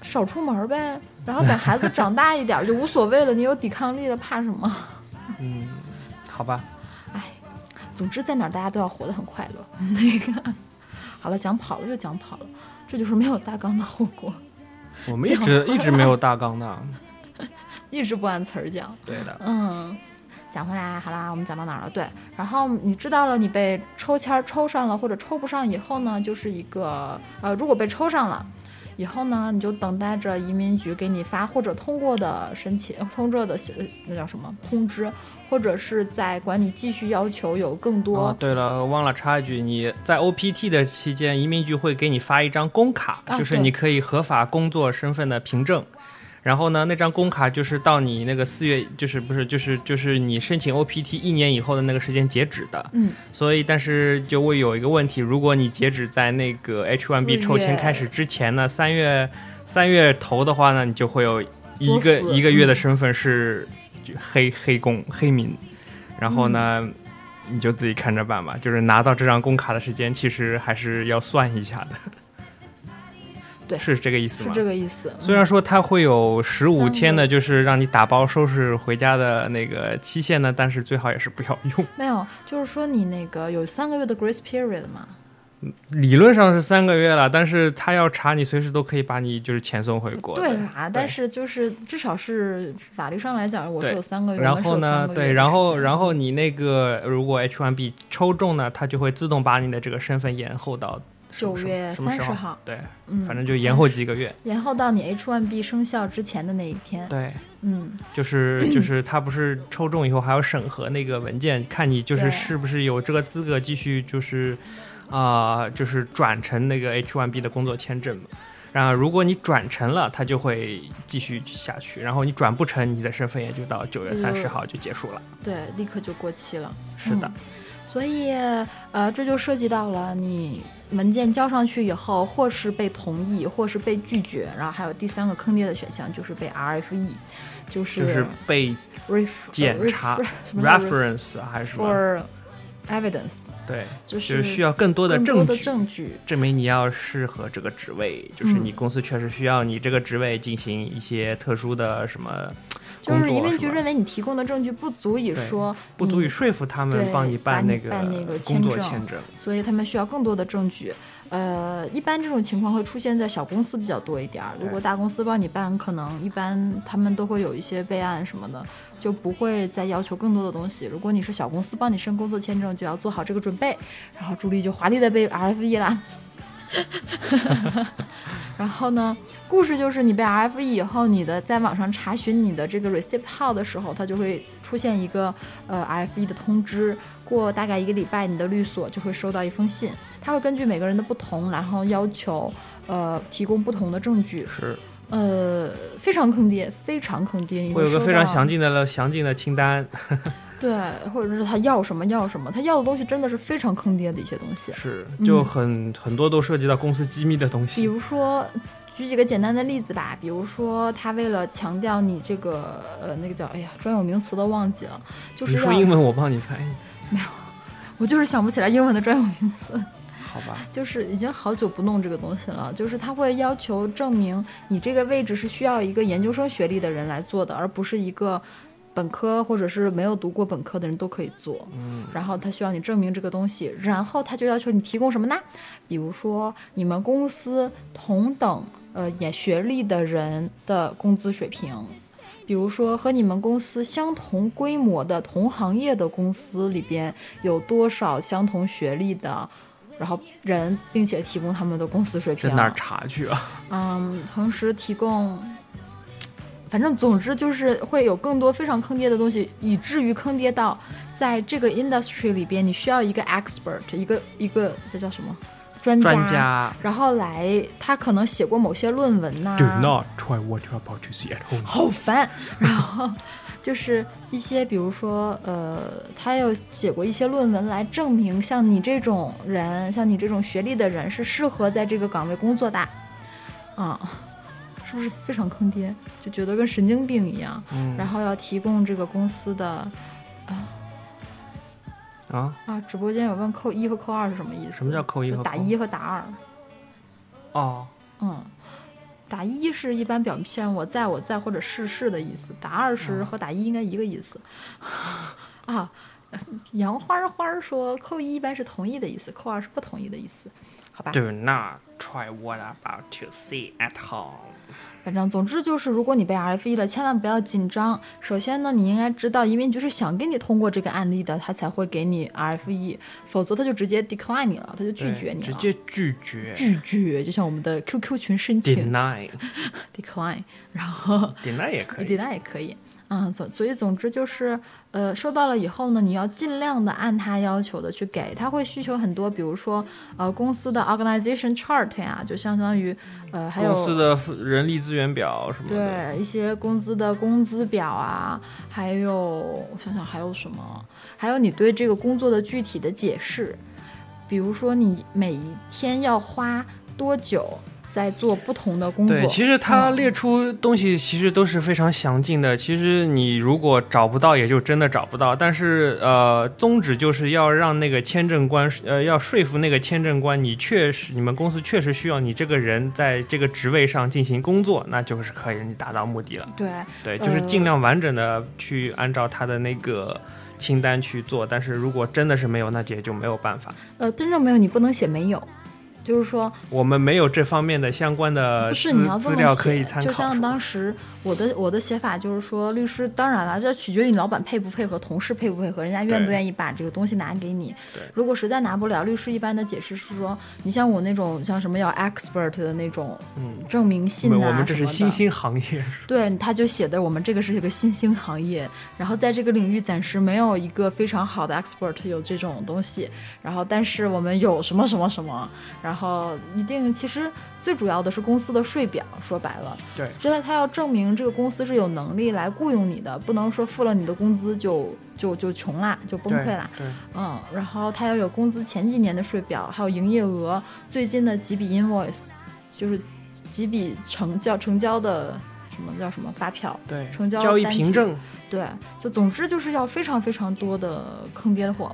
S2: 少出门呗，然后等孩子长大一点儿就无所谓了，你有抵抗力了，怕什么？
S5: 嗯，好吧，
S2: 哎， <laughs> 总之在哪儿大家都要活得很快乐。那个，好了，讲跑了就讲跑了。这就是没有大纲的后果，
S5: 我们一直一直没有大纲的。啊
S2: 一直不按词儿讲。
S5: 对的，
S2: 嗯，讲回来，好啦，我们讲到哪儿了？对，然后你知道了你被抽签儿抽上了或者抽不上以后呢，就是一个呃，如果被抽上了。以后呢，你就等待着移民局给你发或者通过的申请，通过的呃那叫什么通知，或者是在管你继续要求有更多、
S5: 哦，对了，忘了插一句，你在 OPT 的期间，移民局会给你发一张工卡，
S2: 啊
S5: 就是
S2: 对
S5: 你可以合法工作身份的凭证。然后呢，那张工卡就是到你那个四月，就是不是就是就是你申请 OPT 一年以后的那个时间截止的。
S2: 嗯，
S5: 所以但是就会有一个问题，如果你截止在那个 H1B 抽签开始之前呢，三月三月头的话呢，你就会有一个
S2: 作死嗯
S5: 一个月的身份是就黑黑工黑民，然后呢。
S2: 嗯
S5: 你就自己看着办吧，就是拿到这张工卡的时间，其实还是要算一下的。
S2: <laughs> 对
S5: 是这个意思
S2: 是
S5: 吗？
S2: 这个意思。
S5: 虽然说它会有十五
S2: 三
S5: 天
S2: 个
S5: 的，就是让你打包收拾回家的那个期限呢，但是最好也是不要用。
S2: 没有，就是说你那个有三个月的 grace period 嘛，
S5: 理论上是三个月了，但是他要查你，随时都可以把你就是遣送回国的。
S2: 对啦，但是就是至少是法律上来讲，我是
S5: 对
S2: 有三个月，我
S5: 然
S2: 们是
S5: 后
S2: 有三
S5: 呢，
S2: 个月
S5: 对，
S2: 的
S5: 然后
S2: 时间
S5: 然后你那个如果 H1B 抽中呢，它就会自动把你的这个身份延后到什么
S2: 九月
S5: 什么
S2: 三
S5: 什
S2: 十
S5: 么时
S2: 号，
S5: 对，
S2: 嗯，
S5: 反正就延后几
S2: <laughs>
S5: 个月。
S2: 延后到你 H1B 生效之前的那一天，
S5: 对，
S2: 嗯，
S5: 就是就是他不是抽中以后还要审核那个文件，看你就是
S2: 对
S5: 是不是有这个资格继续就是啊、就是转成那个 H1B 的工作签证嘛。然后如果你转成了，它就会继续下去；然后你转不成，你的身份也就到九月三
S2: 嗯
S5: 十号就结束了。
S2: 对，立刻就过期了。嗯
S5: 是的，
S2: 所以，呃，这就涉及到了你文件交上去以后，或是被同意，或是被拒绝，然后还有第三个坑爹的选项就是被 RFE，就是
S5: 就是被
S2: ref
S5: 检查
S2: 呃 ref- 什么叫
S5: reference 啊还是什么？
S2: for evidence，
S5: 对，
S2: 就
S5: 就是
S2: 是
S5: 需要更多的
S2: 更
S5: 证
S2: 多的
S5: 据，
S2: 证据。
S5: 证明你要适合这个职位，就是
S2: 嗯
S5: 你公司确实需要你这个职位进行一些特殊的什么
S2: 就
S5: 工作，
S2: 是移民局
S5: 吧
S2: 认为你提供的证据不足以
S5: 对
S2: 说
S5: 不足以
S2: 你
S5: 说服他们
S2: 对
S5: 帮你
S2: 把
S5: 办那
S2: 你办那个
S5: 工作
S2: 签
S5: 签证。
S2: 所以他们需要更多的证据。呃，一般这种情况会出现在小公司比较多一点儿。如果
S5: 对
S2: 大公司帮你办，可能一般他们都会有一些备案什么的，就不会再要求更多的东西。如果你是小公司帮你申工作签证，就要做好这个准备。然后朱莉就华丽的被 RFE 啦。 <laughs> 然后呢，故事就是你被 RFE 以后，你的在网上查询你的这个 receipt 号的时候，它就会出现一个呃 RFE 的通知。过大概一个礼拜，你的律所就会收到一封信，它会根据每个人的不同，然后要求呃提供不同的证据，
S5: 是
S2: 呃非常坑爹，非常坑爹。你
S5: 会有个
S2: 收
S5: 非常
S2: 到嗯
S5: 详尽的了详尽的清单，
S2: 对，或者是他要什么要什么，他要的东西真的是非常坑爹的一些东西。
S5: 是
S2: 嗯
S5: 就很、很多都涉及到公司机密的东
S2: 比
S5: 西。
S2: 如说，举几个简单的例子吧，比如说他为了强调你这个呃那个叫哎呀专有名词都忘记了，就是
S5: 你说
S2: 要
S5: 英文，我帮你翻译，
S2: 我就是想不起来英文的专有名词。
S5: 好吧？
S2: 就是已经好久不弄这个东西了，就是他会要求证明你这个位置是需要一个研究生学历的人来做的，而不是一个本科或者是没有读过本科的人都可以做。
S5: 嗯，
S2: 然后他需要你证明这个东西，然后他就要求你提供什么呢？比如说你们公司同等呃也学历的人的工资水平，比如说和你们公司相同规模的同行业的公司里边有多少相同学历的。然后人，并且提供他们的公司水
S5: 这
S2: 平，
S5: 哪儿查去啊？
S2: 嗯，同时提供，嗯反正总之就是会有更多非常坑爹的东西，以至于坑爹到在这个 industry 里边，你需要一个 expert，一个一个这叫什么专家，
S5: 专家
S2: 然后来他可能写过某些论文呐、
S5: not try what you're about to see at home。
S2: 好烦。 <laughs> 然后就是一些，比如说，呃，他有写过一些论文来证明，像你这种人，像你这种学历的人是适合在这个岗位工作的，啊、是不是非常坑爹？就觉得跟神经病一样。
S5: 嗯
S2: 然后要提供这个公司的
S5: 啊，
S2: 啊，直播间有问扣一和扣二是什么意思？
S5: 什么叫扣一
S2: 就
S5: 和
S2: 打
S5: 扣
S2: 一和打二。
S5: 哦，
S2: 嗯，打一是一般表现我在我在或者是是的意思，打二
S5: 嗯
S2: 是和打一应该一个意思。 <laughs> 啊，杨花花说扣一一般是同意的意思，扣二是不同意的意思。好吧？
S5: Do not try what I'm about to see at home。
S2: 反正总之就是，如果你被 RFE 了，千万不要紧张。首先呢，你应该知道移民局是想给你通过这个案例的，他才会给你 RFE，否则他就直接 decline 你了，他就拒绝
S5: 对
S2: 你
S5: 直
S2: 了。
S5: 接拒绝
S2: 拒绝，就像我们的 QQ 群申请
S5: ，deny，deny
S2: decline，然后
S5: 也可
S2: 你
S5: 以。
S2: deny 也可以。啊、总所以总之就是，呃，收到了以后呢，你要尽量的按他要求的去给，他会需求很多，比如说，呃，公司的 organization chart 呀、就相当于，呃，还有
S5: 公司的人力资源表什么的，
S2: 对一些工资的工资表啊，还有我想想还有什么，还有你对这个工作的具体的解释，比如说你每一天要花多久在做不同的工作。
S5: 对，其实他
S2: 嗯
S5: 列出东西其实都是非常详尽的。其实你如果找不到，也就真的找不到。但是呃，宗旨就是要让那个签证官，呃，要说服那个签证官，你确实你们公司确实需要你这个人在这个职位上进行工作，那就是可以你达到目的了。
S2: 对
S5: 对，就是
S2: 呃
S5: 尽量完整的去按照他的那个清单去做。但是如果真的是没有，那也就没有办法。
S2: 呃，真正没有你不能写没有，就是说
S5: 我们没有这方面的相关的
S2: 不
S5: 呃资
S2: 是你要这
S5: 资
S2: 么
S5: 料可以
S2: 写
S5: 参，考。
S2: 就像
S5: 是吧
S2: 当时我的我的写法就是说，律师当然了，这取决于你老板配不配合，同事配不配合，人家愿不
S5: 对
S2: 愿意把这个东西拿给你
S5: 对。
S2: 如果实在拿不了，律师一般的解释是说，你像我那种像什么要 expert 的那种
S5: 嗯，
S2: 证明信
S5: 没
S2: 啊
S5: 有我们这
S2: 什
S5: 是
S2: 么的
S5: 新
S2: <laughs>
S5: 兴行业，
S2: 对，他就写的我们这个是一个新兴行业，然后在这个领域暂时没有一个非常好的 expert 有这种东西，然后但是我们有什么什么什么，然后一定其实最主要的是公司的税表，说白了，
S5: 对
S2: 之外他要证明这个公司是有能力来雇佣你的，不能说付了你的工资就就就穷啦，就崩溃啦，
S5: 对，
S2: 嗯，然后他要有工资前几年的税表，还有营业额、最近的几笔 invoice，就是几笔成交成交的什么叫什么发票，
S5: 对对，
S2: 成交
S5: 交易
S2: 单据
S5: 凭证，
S2: 对，就总之就是要非常非常多的坑爹货，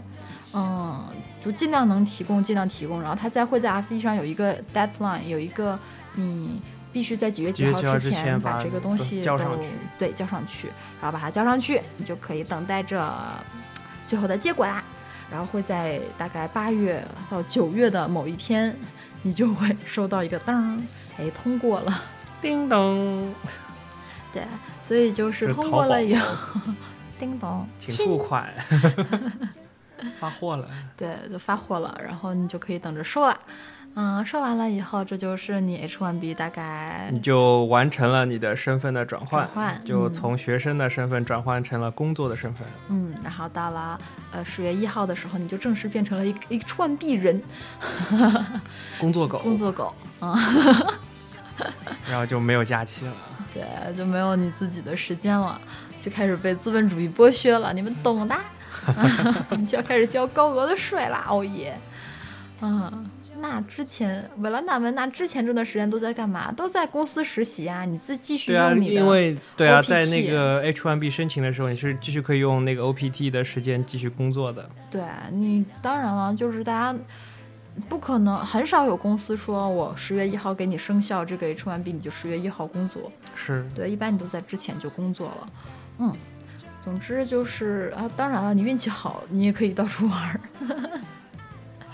S2: 嗯，就尽量能提供尽量提供，然后他在会在 F 1上有一个 deadline，有一个你必须在几月
S5: 几
S2: 几
S5: 月
S2: 号
S5: 几号之前
S2: 前
S5: 把
S2: 把这个东
S5: 都
S2: 西
S5: 交
S2: 都
S5: 上去
S2: 对交上去，然后把它交上去，你就可以等待着最后的结果啦。然后会在大概八月到九月的某一天，你就会收到一个噔，哎，通过了。
S5: 叮咚，
S2: 对，所以就是
S5: 是
S2: 通
S5: 淘
S2: 过
S5: 宝
S2: 了以后，叮咚，
S5: 请
S2: <laughs>
S5: 付款，发货了，
S2: 对，就发货了，然后你就可以等着收了。嗯，收完了以后，这就是你 H1B 大概
S5: 你就完成了你的身份的转嗯换
S2: 转，换
S5: 就
S2: 嗯
S5: 从学生的身份转换成了工作的身份。
S2: 嗯，然后到了呃十月一号的时候，你就正式变成了一 H1B
S5: <laughs>
S2: 人，
S5: 工作狗，
S2: 工作狗。
S5: 然后就没有假期了。
S2: 对，就没有你自己的时间了，就开始被资本主义剥削了，你们
S5: <laughs>
S2: 懂的。你就要开始交高额的税啦，哦耶！嗯，那之前维兰达们那之前这段时间都在干嘛？都在公司实习啊，你自己继续
S5: 对啊，
S2: 用你的。
S5: 因为对啊，
S2: OPT
S5: 在那个 H1B 申请的时候，你是继续可以用那个 OPT 的时间继续工作的。
S2: 对你当然了，就是大家不可能很少有公司说我十月一号给你生效这个 H1B，你就十月一号工作。
S5: 是，
S2: 对，一般你都在之前就工作了。嗯，总之就是啊，当然了，你运气好，你也可以到处玩儿。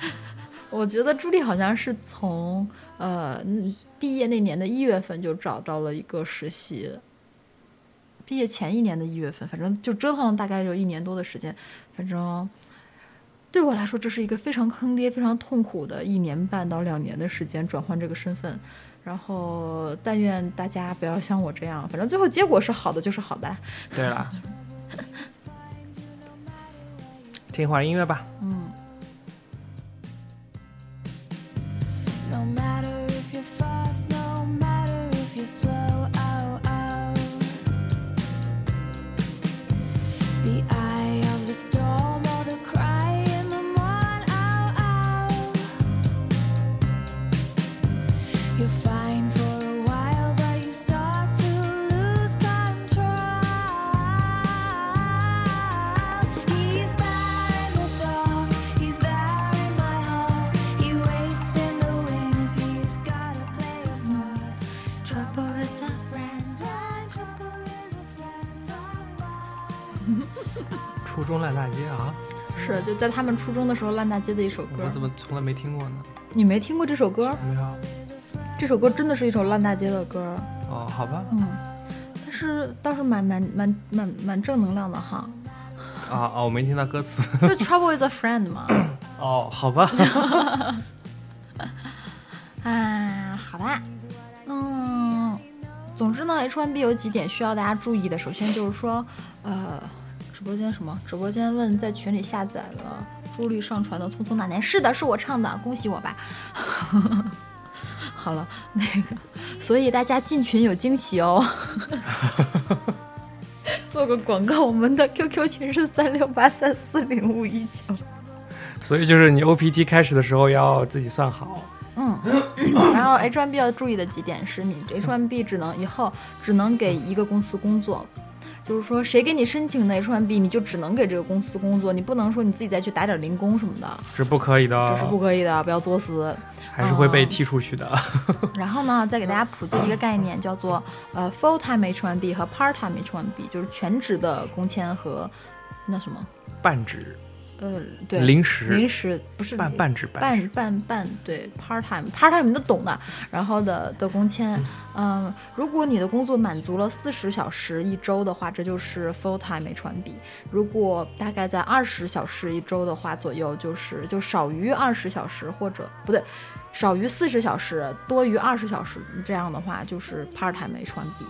S2: <laughs> 我觉得朱莉好像是从呃嗯毕业那年的一月份就找到了一个实习，毕业前一年的一月份，反正就折腾了大概有一年多的时间，反正。对我来说，这是一个非常坑爹、非常痛苦的一年半到两年的时间转换这个身份，然后但愿大家不要像我这样，反正最后结果是好的就是好的啦。
S5: 对
S2: <laughs>
S5: 啦。听一会儿音乐吧。
S2: 嗯，
S4: No matter if you're fast, no matter if you're slow, oh, ow, ow. The eye of the storm or the cry in the morn, oh, ow, ow. You're fine for a while, but you start to lose control. He's there in the dark, he's there in my heart. He waits in the wings, he's gotta play a part. Trouble is a friend, trouble is a friend of mine.
S5: 初中烂大街啊，
S2: 是就在他们初中的时候烂大街的一首
S5: 我
S2: 歌
S5: 怎，么从来没听过呢？
S2: 你没听过这首歌？
S5: 没有
S2: 这首歌真的是一首烂大街的歌，
S5: 哦，好吧，
S2: 嗯，但是倒是蛮蛮蛮蛮蛮正能量的哈，
S5: 啊啊，我没听到歌词。
S2: 就 Trouble is a friend 嘛，
S5: 哦，好吧，
S2: 啊，好吧，嗯，总之呢，H1B 有几点需要大家注意的。首先就是说，呃，直播间什么？直播间问在群里下载了朱莉上传的《匆匆那年》，是的，是我唱的，恭喜我吧。 <laughs> 好了，那个，所以大家进群有惊喜哦。做个广告，我们的 QQ 群是三六八三四零五一九。
S5: <laughs> 所以就是你 OPT 开始的时候要自己算好。
S2: 嗯，然后 H1B 要注意的几点是你 H1B 只能以后只能给一个公司工作，就是说谁给你申请的 H1B，你就只能给这个公司工作，你不能说你自己再去打点零工什么的，
S5: 是不可以啊
S2: 这
S5: 的
S2: 是，不可以的，不要作死。
S5: 还是会被踢出去的。
S2: 然后呢，再给大家普及一个概念，叫做呃 full time H1B 和 part time H1B，就是全职的工签和那什么
S5: 半职、
S2: 呃对
S5: 临时、
S2: 临时不是
S5: 半
S2: 临
S5: 半职、半
S2: 半
S5: 职。
S2: 半半对 part time part time 你都懂的，然后的的工签，嗯、如果你的工作满足了四十小时一周的话，这就是 full time H1B；如果大概在二十小时一周的话左右，就是就少于二十小时或者不对，少于四十小时，多于二十小时这样的话就是 part time H1B。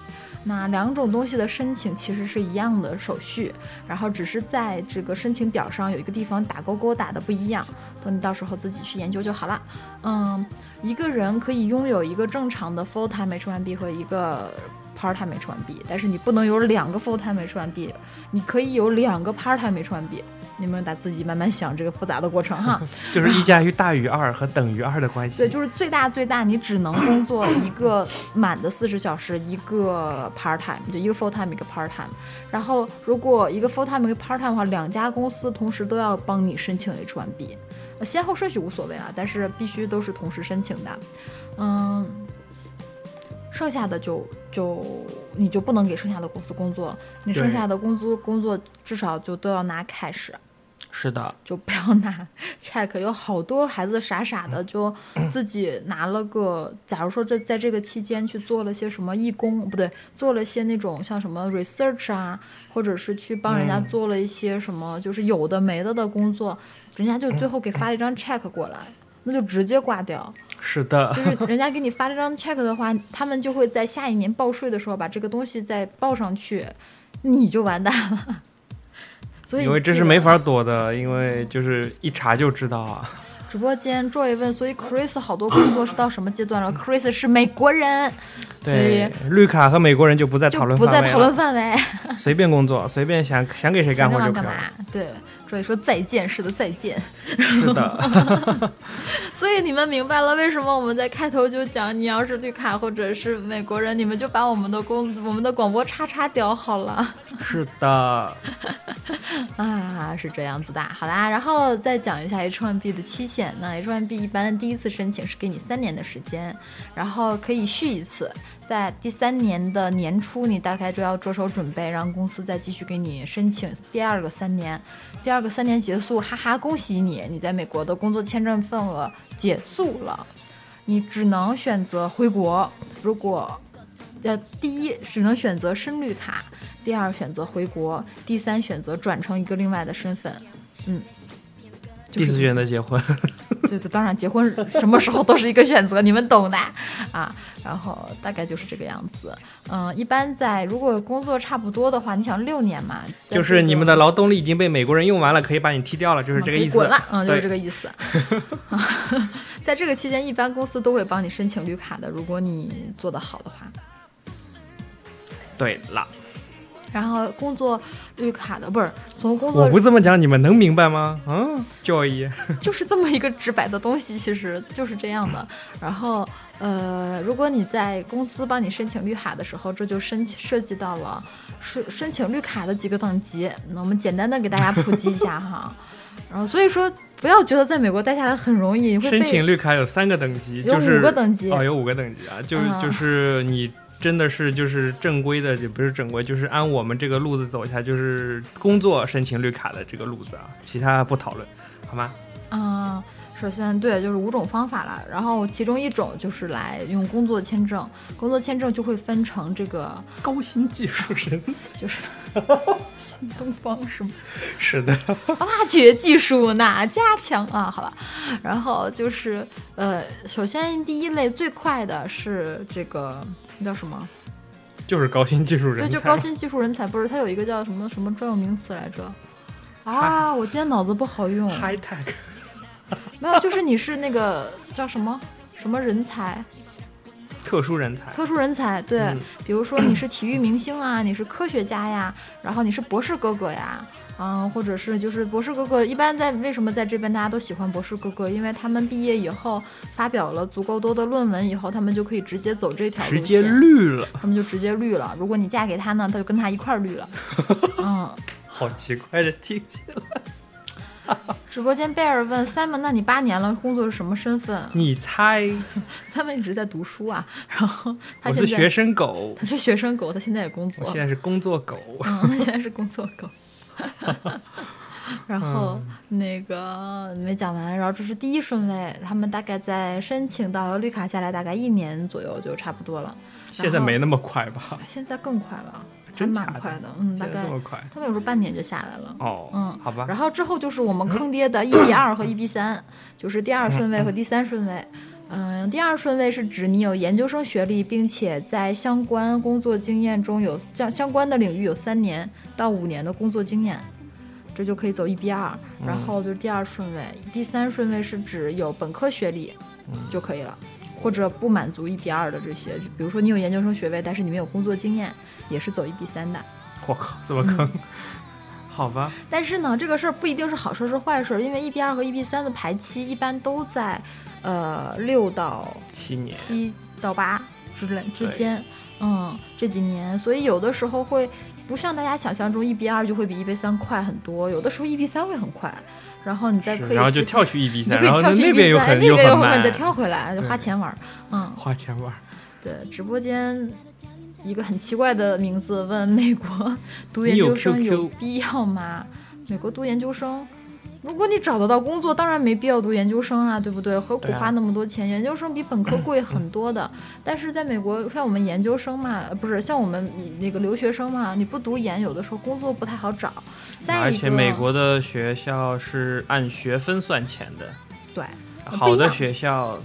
S2: 那两种东西的申请其实是一样的手续，然后只是在这个申请表上有一个地方打勾勾打的不一样，等你到时候自己去研究就好了。嗯，一个人可以拥有一个正常的 full time H1B 和一个 part time H1B，但是你不能有两个 full time H1B，你可以有两个 part time H1B。你们得自己慢慢想这个复杂的过程哈。
S5: 就是一加一大于二和等于二的关系。
S2: 对，就是最大最大，你只能工作一
S5: <coughs>
S2: 个满的四十小时，一个 part time，就一个 full time，一个 part time。然后如果一个 full time 一个 part time 的话，两家公司同时都要帮你申请 H1B，呃先后顺序无所谓啊，但是必须都是同时申请的。嗯，剩下的就就你就不能给剩下的公司工作，你剩
S5: 对
S2: 下的工资工作至少就都要拿 cash。
S5: 是的，
S2: 就不要 <laughs> 拿 check。有好多孩子傻傻的就自己拿了个，假如说这在这个期间去做了些什么义工，不对，做了些那种像什么 research 啊，或者是去帮人家
S5: 嗯
S2: 做了一些什么，就是有的没的的工作，人家就最后给发了一张 check 过来。那就直接挂掉，
S5: 是的，
S2: 就是 <laughs> 人家给你发这张 check 的话，他们就会在下一年报税的时候把这个东西再报上去，你就完蛋了。 <laughs> 所以
S5: 因为这
S2: 记
S5: 是
S2: 得
S5: 没法躲的，因为就是一查就知道啊。
S2: 直播间 Joy 问，所以 Chris 好多工作是到什么阶段了？Chris 是美国人，
S5: 对，绿卡和美国人就不在
S2: 就
S5: 讨论
S2: 不在
S5: 范围
S2: 讨
S5: 了
S2: 论，范围，
S5: 随便工作，随便想想给谁
S2: 想
S5: 干活
S2: 干嘛
S5: 就
S2: 干
S5: 可以
S2: 嘛
S5: 了。。
S2: 对，Joy 说再见，是的，再见。
S5: 是的，
S2: 所以你们明白了为什么我们在开头就讲，你要是绿卡或者是美国人，你们就把我们的公我们的广播叉叉掉好了。
S5: 是 <laughs> 的，
S2: 啊，是这样子的。好啦，然后再讲一下 H1B 的期限。那 H1B 一般第一次申请是给你三年的时间，然后可以续一次，在第三年的年初，你大概就要着手准备，让公司再继续给你申请第二个三年。第二个三年结束，哈哈，恭喜你，你在美国的工作签证份额结束了，你只能选择回国。如果呃，第一只能选择深绿卡，第二选择回国，第三选择转成一个另外的身份。 <laughs> 嗯，
S5: 第四选择结 <laughs> 婚，
S2: 对对，当然结婚什么时候都是一个选择，你们懂的 <laughs> 啊。然后大概就是这个样子。嗯，一般在如果工作差不多的话，你想六年嘛，在
S5: 就
S2: 这
S5: 是
S2: 个
S5: 你们的劳动力已经被美国人用完了，可以把你踢掉了，就是这个意
S2: 可以
S5: 思
S2: 滚了，。嗯，就是这
S5: 对，
S2: 个意思。 <laughs> 在这个期间，一般公司都会帮你申请绿卡的，如果你做得好的话。
S5: 对了，
S2: 然后工作绿卡的不是从工作
S5: <laughs> 我不这么讲，你们能明白吗？嗯，Joy，
S2: 就是这么一个直白的东西，其实就是这样的。然后，呃，如果你在公司帮你申请绿卡的时候，这就申涉及到了申申请绿卡的几个等级。那我们简单的给大家普及一下哈。 <laughs> 然后，所以说不要觉得在美国待下来很容易，会
S5: 申请
S2: 被
S5: 绿卡有三个等级，
S2: 有
S5: 就是
S2: 五个等级。
S5: 哦，有五个等级啊，就是、
S2: 嗯
S5: 就是你真的是就是正规的，也不是正规，就是按我们这个路子走一下，就是工作申请绿卡的这个路子啊，其他不讨论，好吗？
S2: 啊、首先对，就是五种方法了。然后其中一种就是来用工作签证，工作签证就会分成这个
S5: 高新技术人才。 <laughs>
S2: 就是 <laughs> 新东方是吗？
S5: 是的，
S2: <laughs> 挖掘啊技术哪家强啊？好了，然后就是呃，首先第一类最快的是这个那叫什么？
S5: 就是高新技术
S2: 对，
S5: 人
S2: 就
S5: 才。
S2: 高新技术人才，不是它有一个叫什么什么专有名词来着？啊，我今天脑子不好用，
S5: high tech
S2: 没有，就是你是那个叫什么什么人才，
S5: 特殊人才。
S2: 特殊人才，对，
S5: 嗯
S2: 比如说你是体育明星啊，你是科学家
S5: <laughs>
S2: 呀，然后你是博士哥哥呀，嗯，或者是就是博士哥哥，一般在为什么在这边大家都喜欢博士哥哥？因为他们毕业以后发表了足够多的论文以后，他们就可以直接走这条
S5: 直
S2: 路
S5: 接
S2: 线，
S5: 绿了，
S2: 他们就直接绿了。如果你嫁给他呢，他就跟他一块儿绿了。嗯，
S5: <laughs> 好奇怪的听起来。
S2: 直播间贝尔问 Simon，那你八年了，工作是什么身份
S5: 你猜？
S2: ？Simon 一直在读书啊，然后他
S5: 我
S2: 现
S5: 是
S2: 在
S5: 学生狗，
S2: 他是学生狗，他现在也工
S5: 我
S2: 作
S5: 现。在是工作狗。
S2: 嗯，现在是工作狗。 <laughs> 然后、
S5: 嗯
S2: 那个没讲完，然后这是第一顺位，他们大概在申请到绿卡下来大概一年左右就差不多了。
S5: 现在没那么快吧？
S2: 现在更快了，还
S5: 真假
S2: 蛮
S5: 的
S2: 快的，嗯，大
S5: 现在
S2: 概
S5: 这么快？
S2: 他们有时候半年就下来了。
S5: 哦，
S2: 嗯，
S5: 好吧。
S2: 然后之后就是我们坑爹的 EB 二和 EB
S5: <coughs>
S2: 三，就是第二顺位和第三顺位。嗯，第二顺位是指你有研究生学历，并且在相关工作经验中有相相关的领域有三年到五年的工作经验，这就可以走 EB 二。
S5: 嗯
S2: 然后就是第二顺位，第三顺位是指有本科学历就可以了。
S5: 嗯
S2: 或者不满足 EB 二的这些，就比如说你有研究生学位，但是你没有工作经验，也是走 EB 三的。
S5: 我靠，这么
S2: 嗯
S5: 坑？好吧，
S2: 但是呢，这个事儿不一定是好事儿是坏事儿，因为 EB 二和 EB 三的排期一般都在呃六到
S5: 七年。
S2: 七到八之类之
S5: 对
S2: 间，嗯，这几年，所以有的时候会不像大家想象中 EB 二就会比 EB 三快很多，有的时候 EB 三会很快，然后你再
S5: 是
S2: 可以
S5: 然后就
S2: 直接
S5: 跳去 E B
S2: 你就
S5: 三，
S2: 可以
S5: 然后
S2: 跳去
S5: 那
S2: EB
S5: 边又
S2: 三，
S5: 很
S2: 那边
S5: 很
S2: 又
S5: 慢，
S2: 再跳回来，就花
S5: 对
S2: 钱玩儿，嗯。
S5: 花钱玩儿。
S2: 对，直播间一个很奇怪的名字问美国 <laughs> 读研
S5: 你有
S2: 究生
S5: QQ
S2: 有必要吗？美国读研究生，如果你找得到工作，当然没必要读研究生啊，对不对？何苦
S5: 对啊
S2: 花那么多钱？研究生比本科贵很多的。但是在美国，像我们研究生嘛，呃不是像我们那个留学生嘛，你不读研，有的时候工作不太好找。再一个，
S5: 而且美国的学校是按学分算钱的，
S2: 对
S5: 好的学校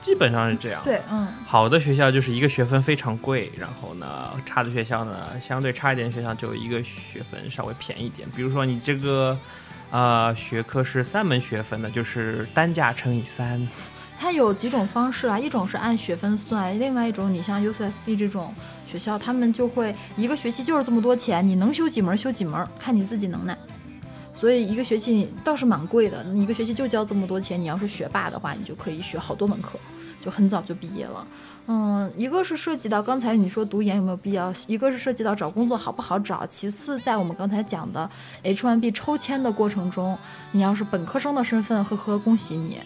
S5: 基本上是这样。
S2: 对，嗯，
S5: 好的学校就是一个学分非常贵，然后呢，差的学校呢，相对差一点的学校就一个学分稍微便宜一点。比如说你这个，呃，学科是三门学分的，就是单价乘以三，
S2: 它有几种方式啊，一种是按学分算，另外一种你像 UCSD 这种学校，他们就会一个学期就是这么多钱，你能修几门修几门，看你自己能耐。所以一个学期你倒是蛮贵的，你一个学期就交这么多钱，你要是学霸的话，你就可以学好多门课，就很早就毕业了。嗯，一个是涉及到刚才你说读研有没有必要，一个是涉及到找工作好不好找，其次在我们刚才讲的 H1B 抽签的过程中，你要是本科生的身份，呵呵，恭喜你，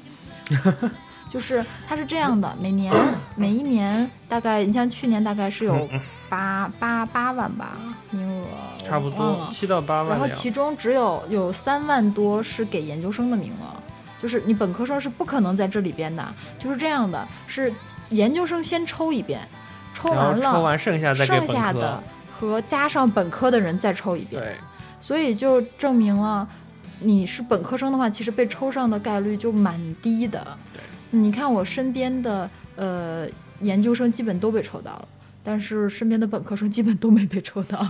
S2: 就是它是这样的，每
S5: <coughs>
S2: 年每一年大概，你像去年大概是有八八八万吧名额，我
S5: 差不
S2: 忘
S5: 多
S2: 了
S5: 七到八万
S2: 然
S5: 的
S2: 后
S5: 样
S2: 其中只有有三万多是给研究生的名额，就是你本科生是不可能在这里边的，就是这样的，是研究生先抽一遍，抽
S5: 然
S2: 完
S5: 后
S2: 了
S5: 抽完剩下再给
S2: 剩
S5: 本
S2: 下
S5: 科
S2: 的。和加上本科的人再抽一遍，
S5: 对，
S2: 所以就证明了你是本科生的话，其实被抽上的概率就蛮低的。
S5: 对
S2: 你看我身边的呃研究生基本都被抽到了，但是身边的本科生基本都没被抽到。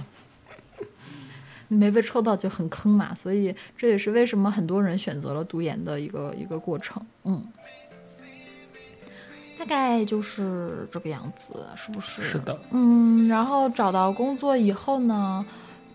S2: <laughs> 你没被抽到就很坑嘛，所以这也是为什么很多人选择了读研的一个一个过程。嗯，大概就是这个样子，是不是？
S5: 是的。
S2: 嗯，然后找到工作以后呢，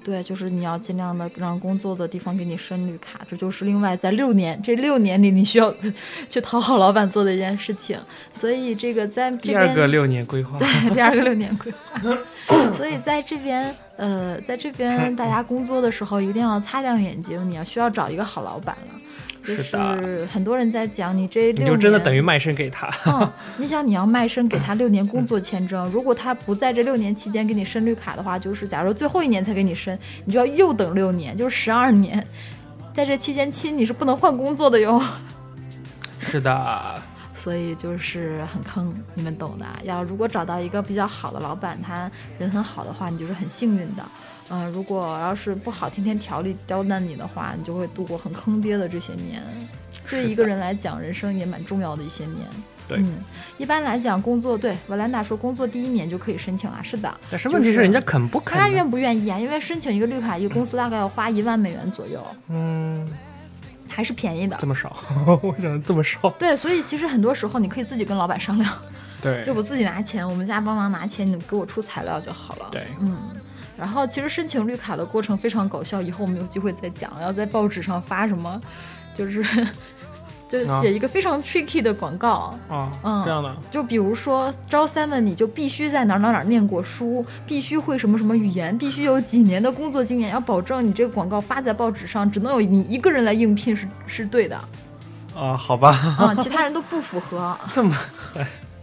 S2: 对，就是你要尽量的让工作的地方给你申绿卡，这就是另外在六年这六年里你需要 <laughs> 去讨好老板做的一件事情。所以这个在这
S5: 第二个
S2: 边
S5: 六年规划，
S2: 对， <laughs> 第二个六年规
S5: <laughs>
S2: 划。所以在这边，呃，在这边大家工作的时候一定要擦亮眼睛，你要需要找一个好老板了。就是
S5: 的
S2: 是很多人在讲你这六
S5: <laughs> 你
S2: 年，
S5: 就真的等于卖身给他。
S2: 嗯，你想你要卖身给他六年工作签证，如果他不在这六年期间给你申绿卡的话，就是假如最后一年才给你申，你就要又等六年，就是十二年，在这期间期你是不能换工作的哟。
S5: 是的，
S2: 所以就是很坑，你们懂的。啊要如果找到一个比较好的老板，他人很好的话，你就是很幸运的。嗯、如果要是不好，天天调理刁难你的话，你就会度过很坑爹的这些年。
S5: 是
S2: 对
S5: 的
S2: 一个人来讲，人生也蛮重要的一些年。
S5: 对
S2: 嗯，一般来讲，工作对维兰达说，工作第一年就可以申请啊。是的，
S5: 但是问题
S2: 就是
S5: 人家肯不
S2: 看他
S5: 肯呢？
S2: 愿不愿意啊。因为申请一个绿卡，一个公司大概要花一万美元左右，
S5: 嗯，
S2: 还是便宜的
S5: 这。么 <laughs> 少，我想这么少，
S2: 对，所以其实很多时候你可以自己跟老板商量。
S5: <laughs> 对，
S2: 就我自己拿钱，我们家帮忙拿钱，你们给我出材料就好了。
S5: 对
S2: 嗯。然后其实申请绿卡的过程非常搞笑，以后我们有机会再讲，要在报纸上发什么，就是 <laughs> 就
S5: 啊
S2: 写一个非常 tricky 的广告。
S5: 啊，
S2: 嗯
S5: 这样的，
S2: 就比如说招 seven，你就必须在哪儿哪儿哪儿念过书，必须会什么什么语言，必须有几年的工作经验，要保证你这个广告发在报纸上，只能有你一个人来应聘是是对的
S5: 啊，好吧， <laughs>
S2: 啊、其他人都不符合。
S5: 这么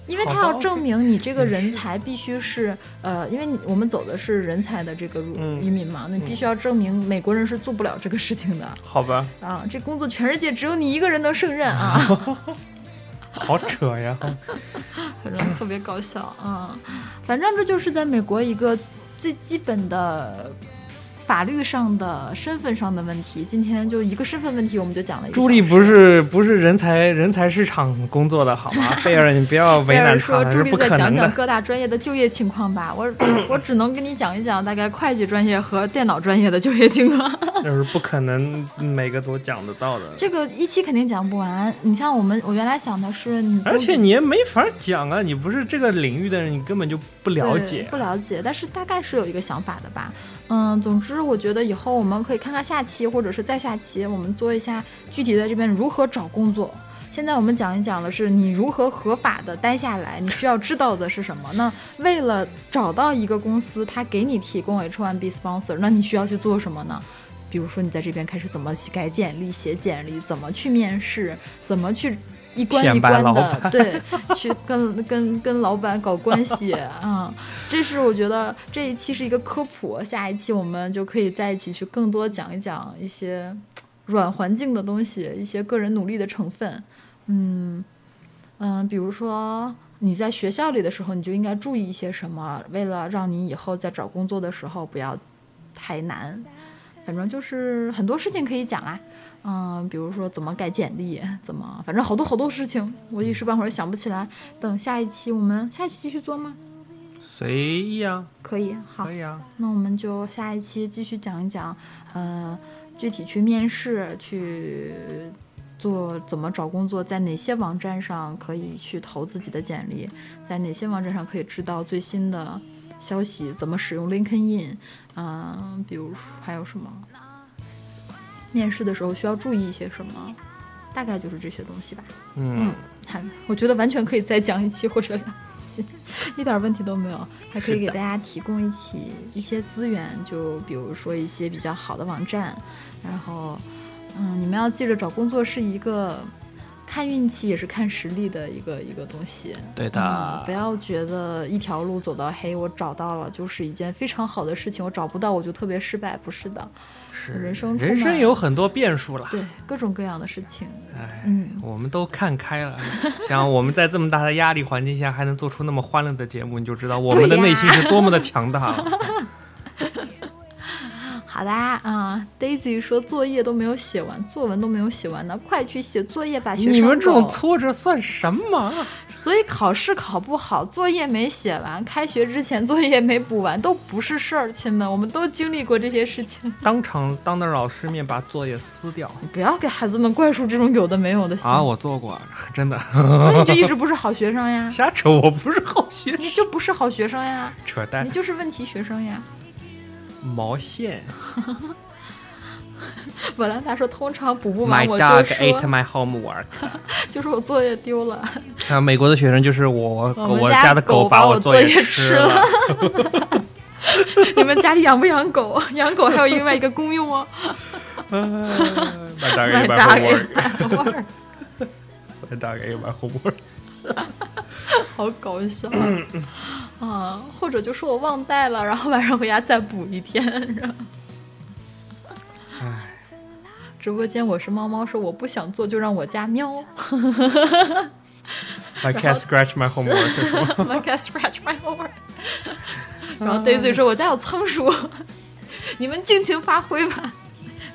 S2: 因为他
S5: 好吧
S2: 要证明你这个人才必须是呃，因为你我们走的是人才的这个入
S5: 嗯
S2: 移民嘛，那你必须要证明美国人是做不了这个事情的
S5: 好吧，
S2: 啊！这工作全世界只有你一个人能胜任
S5: <laughs>
S2: 啊，
S5: 好扯呀，
S2: 反正特别搞笑啊！反正这就是在美国一个最基本的。法律上的、身份上的问题，今天就一个身份问题，我们就讲了一个小时。
S5: 朱莉不是不是人才人才市场工作的好
S2: <laughs>
S5: 吗？贝尔，你不要为
S2: 贝尔
S5: 难他
S2: 说：“
S5: 了，
S2: 朱
S5: 是
S2: 莉
S5: 不
S2: 再
S5: 可
S2: 讲
S5: 能
S2: 讲
S5: 的。
S2: 各大专业的就业情况吧。我我只能跟你讲一讲大概会计专业和电脑专业的就业情况。 <laughs>
S5: 就是不可能每个都讲得到的。
S2: 这个一期肯定讲不完。你像我们，我原来想的是你，
S5: 而且你也没法讲啊，你不是这个领域的人，你根本就不了
S2: 对
S5: 解
S2: 不。了解，但是大概是有一个想法的吧。嗯，总之我觉得以后我们可以看看下期或者是再下期，我们做一下具体在这边如何找工作。现在我们讲一讲的是你如何合法的待下来，你需要知道的是什么？那为了找到一个公司，它给你提供 H1B sponsor，那你需要去做什么呢？比如说你在这边开始怎么改简历、写简历，怎么去面试，怎么去一关一
S5: 舔
S2: 关
S5: 白老
S2: 的，对，去跟 <laughs> 跟跟老板搞关系啊、这是我觉得这一期是一个科普，下一期我们就可以在一起去更多讲一讲一些软环境的东西，一些个人努力的成分。嗯嗯、比如说你在学校里的时候，你就应该注意一些什么，为了让你以后在找工作的时候不要太难。反正就是很多事情可以讲啦、嗯，比如说怎么改简历，怎么，反正好多好多事情，我一时半会儿想不起来。等下一期我们下一期继续做吗？
S5: 随意啊，
S2: 可以，好
S5: 可，以啊，
S2: 那我们就下一期继续讲一讲，呃，具体去面试，去做怎么找工作，在哪些网站上可以去投自己的简历，在哪些网站上可以知道最新的消息，怎么使用 LinkedIn，嗯、比如说还有什么，面试的时候需要注意一些什么，大概就是这些东西吧。
S5: 嗯，
S2: 还我觉得完全可以再讲一期或者两期， <laughs> 一点问题都没有。还可以给大家提供一起一些资源，就比如说一些比较好的网站，然后，嗯，你们要记着，找工作是一个看运气也是看实力的一个一个东西。
S5: 对
S2: 嗯，不要觉得一条路走到黑，我找到了就是一件非常好的事情，我找不到我就特别失败，不是的，
S5: 是
S2: 嗯人生充
S5: 人生
S2: 满
S5: 有很多变数啦。
S2: 对各种各样的事情，
S5: 哎，
S2: 嗯。
S5: 我们都看开了，像我们在这么大的压力环境下还能做出那么欢乐的节目，你就知道我们
S2: 对
S5: 的
S2: 呀
S5: 内心是多么的强大了。
S2: 好啦，啊、d a i s y 说作业都没有写完，作文都没有写完呢，快去写作业 <laughs> 吧，学生
S5: 你们这种
S2: 狗
S5: 挫折算什么？啊
S2: 所以考试考不好，作业没写完，开学之前作业没补完，都不是事儿，亲们，我们都经历过这些事情，
S5: 当场当着老师面把作业撕掉
S2: <laughs> 你不要给孩子们灌输这种有的没有的行 <laughs>
S5: 啊！
S2: 为，
S5: 我做过， <laughs> 真的，
S2: 所以你就一直不是好学生呀
S5: 瞎扯，我不是好学
S2: 你
S5: 生，
S2: 就不是好学生呀，
S5: <laughs> 扯淡
S2: 你。就是问题学生呀。
S5: 毛线
S2: 本来他说通常补不完
S5: ，My
S2: 我
S5: dog
S2: 就
S5: ate
S2: 说
S5: my homework。
S2: 就是我作业丢了。 <laughs>
S5: 啊，美国的学生就是我，
S2: 我们
S5: 我
S2: 家
S5: 的
S2: 狗把
S5: 把
S2: 我
S5: 作
S2: 作
S5: 业
S2: 业吃
S5: 了。
S2: 你们家里养不养狗？养狗还有另外一个功用哦。
S5: <laughs> My dog
S2: 买
S5: ate my
S2: 大给
S5: homework。
S2: 买味儿，
S5: My dog ate my <laughs> homework。
S2: 好搞笑 <coughs> 啊！或者就说我忘带了，然后晚上回家再补一天。然后
S5: 唉，
S2: 直播间我是猫猫，说我不想做就让我加
S5: <laughs>
S2: 喵。
S5: My cat scratch my homework <laughs> 是吗
S2: My cat scratch my over。然
S5: 啊
S2: 后 Daisy 说：“我家有仓鼠， <laughs> 你们尽情发挥吧。”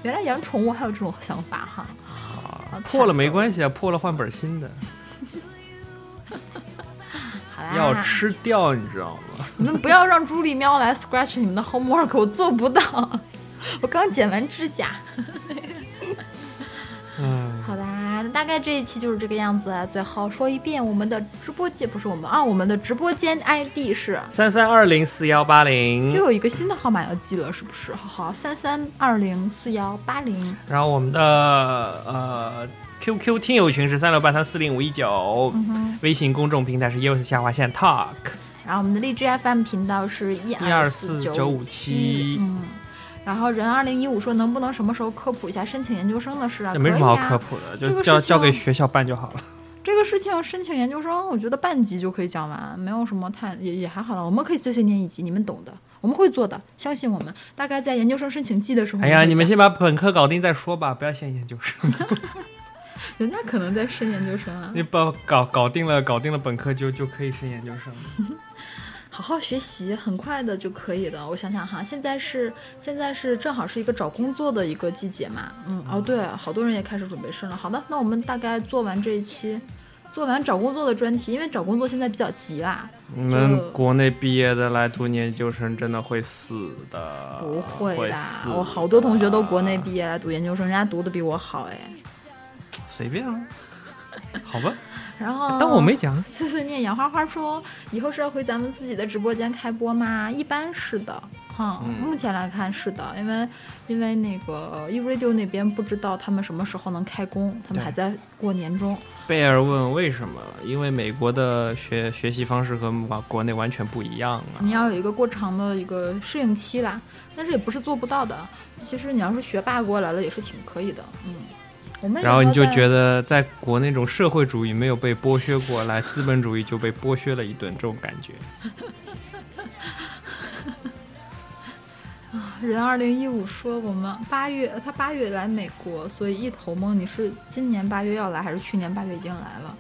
S2: 原来养宠物还有这种想法哈。
S5: 啊破了没关系啊，破了换本新的，
S2: 好啦，
S5: 要吃掉你知道吗？
S2: 你们不要让朱莉喵来 scratch 你们的 homework，我做不到。 <laughs> 我刚剪完指甲。
S5: 嗯，
S2: 好啦，那大概这一期就是这个样子。啊最后说一遍，我们的直播间不是我们啊，我们的直播间 ID 是。
S5: 三三二零四幺八零
S2: 又。有一个新的号码要记了，是不是？好好，三三二零四幺八零。
S5: 然后我们的呃 QQ 听友群是三六八三四零五一九，
S2: 嗯
S5: 微信公众平台是 US 下划线 Talk
S2: 然后我们的荔枝 FM 频道是一
S5: 一二四九五七，
S2: 嗯。然后人二零一五说能不能什么时候科普一下申请研究生的事啊？
S5: 这没什么好
S2: 可以啊
S5: 科。普的，
S2: 这
S5: 就
S2: 个
S5: 交
S2: 事情
S5: 交给学校办就好了。
S2: 这个事情申请研究生，我觉得半集就可以讲完，没有什么太也也还好了。我们可以碎碎念一集，你们懂的，我们会做的，相信我们。大概在研究生申请季的时候，
S5: 哎呀，
S2: 我
S5: 你们
S2: 会
S5: 先把本科搞定再说吧，不要先研究
S2: <laughs>
S5: 生。
S2: 讲人家可能在申研究生啊，
S5: 你把搞搞定了，搞定了本科就就可以升研究生了。
S2: 好好学习，很快的就可以的。我想想哈，现在是现在是正好是一个找工作的一个季节嘛，嗯，哦对，好多人也开始准备生了。好的，那我们大概做完这一期，做完找工作的专题，因为找工作现在比较急啊啦。
S5: 你们国内毕业的来读研究生，真的会死的。
S2: 不会
S5: 呃会
S2: 的
S5: 死，
S2: 我好多同学都国内
S5: 的
S2: 毕业来读研究生，人家读的比我好哎。
S5: 随便了，好吧，
S2: 然后，
S5: 哎当我没讲。
S2: 碎碎念杨花花说，以后是要回咱们自己的直播间开播吗？一般是的，哈、
S5: 嗯
S2: 目前来看是的，因为因为那个 E Radio 那边不知道他们什么时候能开工，他们
S5: 对
S2: 还在过年中。
S5: 贝尔问为什么？因为美国的学学习方式和国国内完全不一样啊。
S2: 你要有一个过长的一个适应期啦，但是也不是做不到的。其实你要是学霸过来了，也是挺可以的，嗯。我们
S5: 然后你就觉
S2: 得
S5: 得在国内那种社会主义没有被剥削过来，资本主义就被剥削了一顿，这种感
S2: <laughs>
S5: 觉。
S2: 人二零一五说我们八月他八月来美国，所以一头懵，你是今年八月要来还是去年八月已经来了？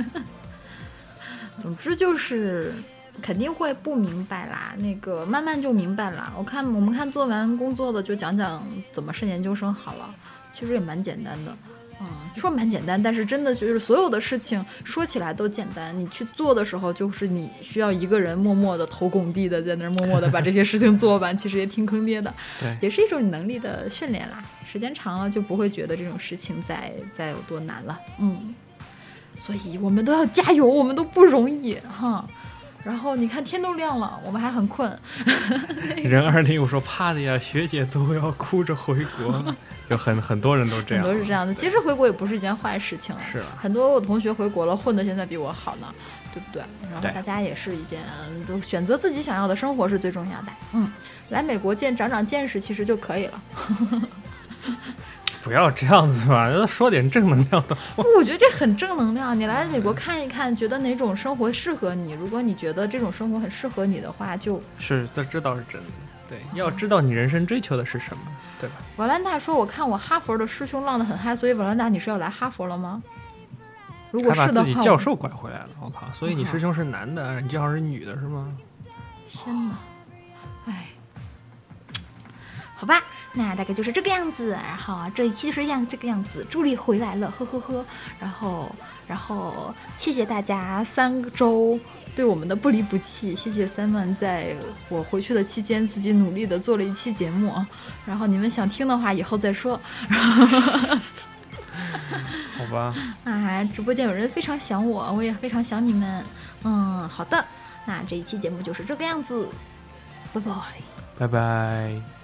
S2: <laughs> 总之就是肯定会不明白啦，那个慢慢就明白啦。我看我们看做完工作的就讲讲怎么升研究生好了，其实也蛮简单的。嗯，说蛮简单，但是真的就是所有的事情说起来都简单，你去做的时候，就是你需要一个人默默的头拱地的在那儿默默的把这些事情做完， <laughs> 其实也挺坑爹的，
S5: 对，
S2: 也是一种能力的训练啦。时间长了就不会觉得这种事情再再有多难了，嗯。所以我们都要加油，我们都不容易哈。然后你看天都亮了，我们还很困，
S5: 人二零我说怕的呀，学姐都要哭着回
S2: <laughs>
S5: 国，有很很多人都这
S2: 很
S5: 样，
S2: 多是这样的。其实回国也不是一件坏事情，
S5: 是啊
S2: 很多我同学回国了，混的现在比我好呢，对不对？然后
S5: 对
S2: 大家也是一件，嗯都选择自己想要的生活是最重要的。嗯，来美国见长长见识其实就可以 <laughs> 了。
S5: 不要这样子嘛， <laughs> 说点正能量的。，
S2: 我觉得这很正能量。你来美国看一看，觉得哪种生活适合你。如果你觉得这种生活很适合你的话，就是
S5: 这这倒是真的。对，要知道你人生追求的是什么，对吧？
S2: 瓦兰达说：“我看我哈佛的师兄浪得很嗨，所以瓦兰达，你是要来哈佛了吗？如果
S5: 还把
S2: 是的
S5: 自己
S2: 话，
S5: 教
S2: 我嗯
S5: 授拐回来了，我靠！所以你师兄是男的，你正好是女的，是吗？
S2: 天哪，哎，好吧，那大概就是这个样子。然后啊这一期就是这样这个样子，助理回来了，呵呵呵。然后，然后谢谢大家三周对我们的不离不弃，谢谢 Simon 在我回去的期间自己努力的做了一期节目。啊然后你们想听的话，以后再说。 <laughs>
S5: 好吧，
S2: 啊，直播间有人非常想我，我也非常想你们。嗯，好的，那这一期节目就是这个样子，拜拜。
S5: 拜拜。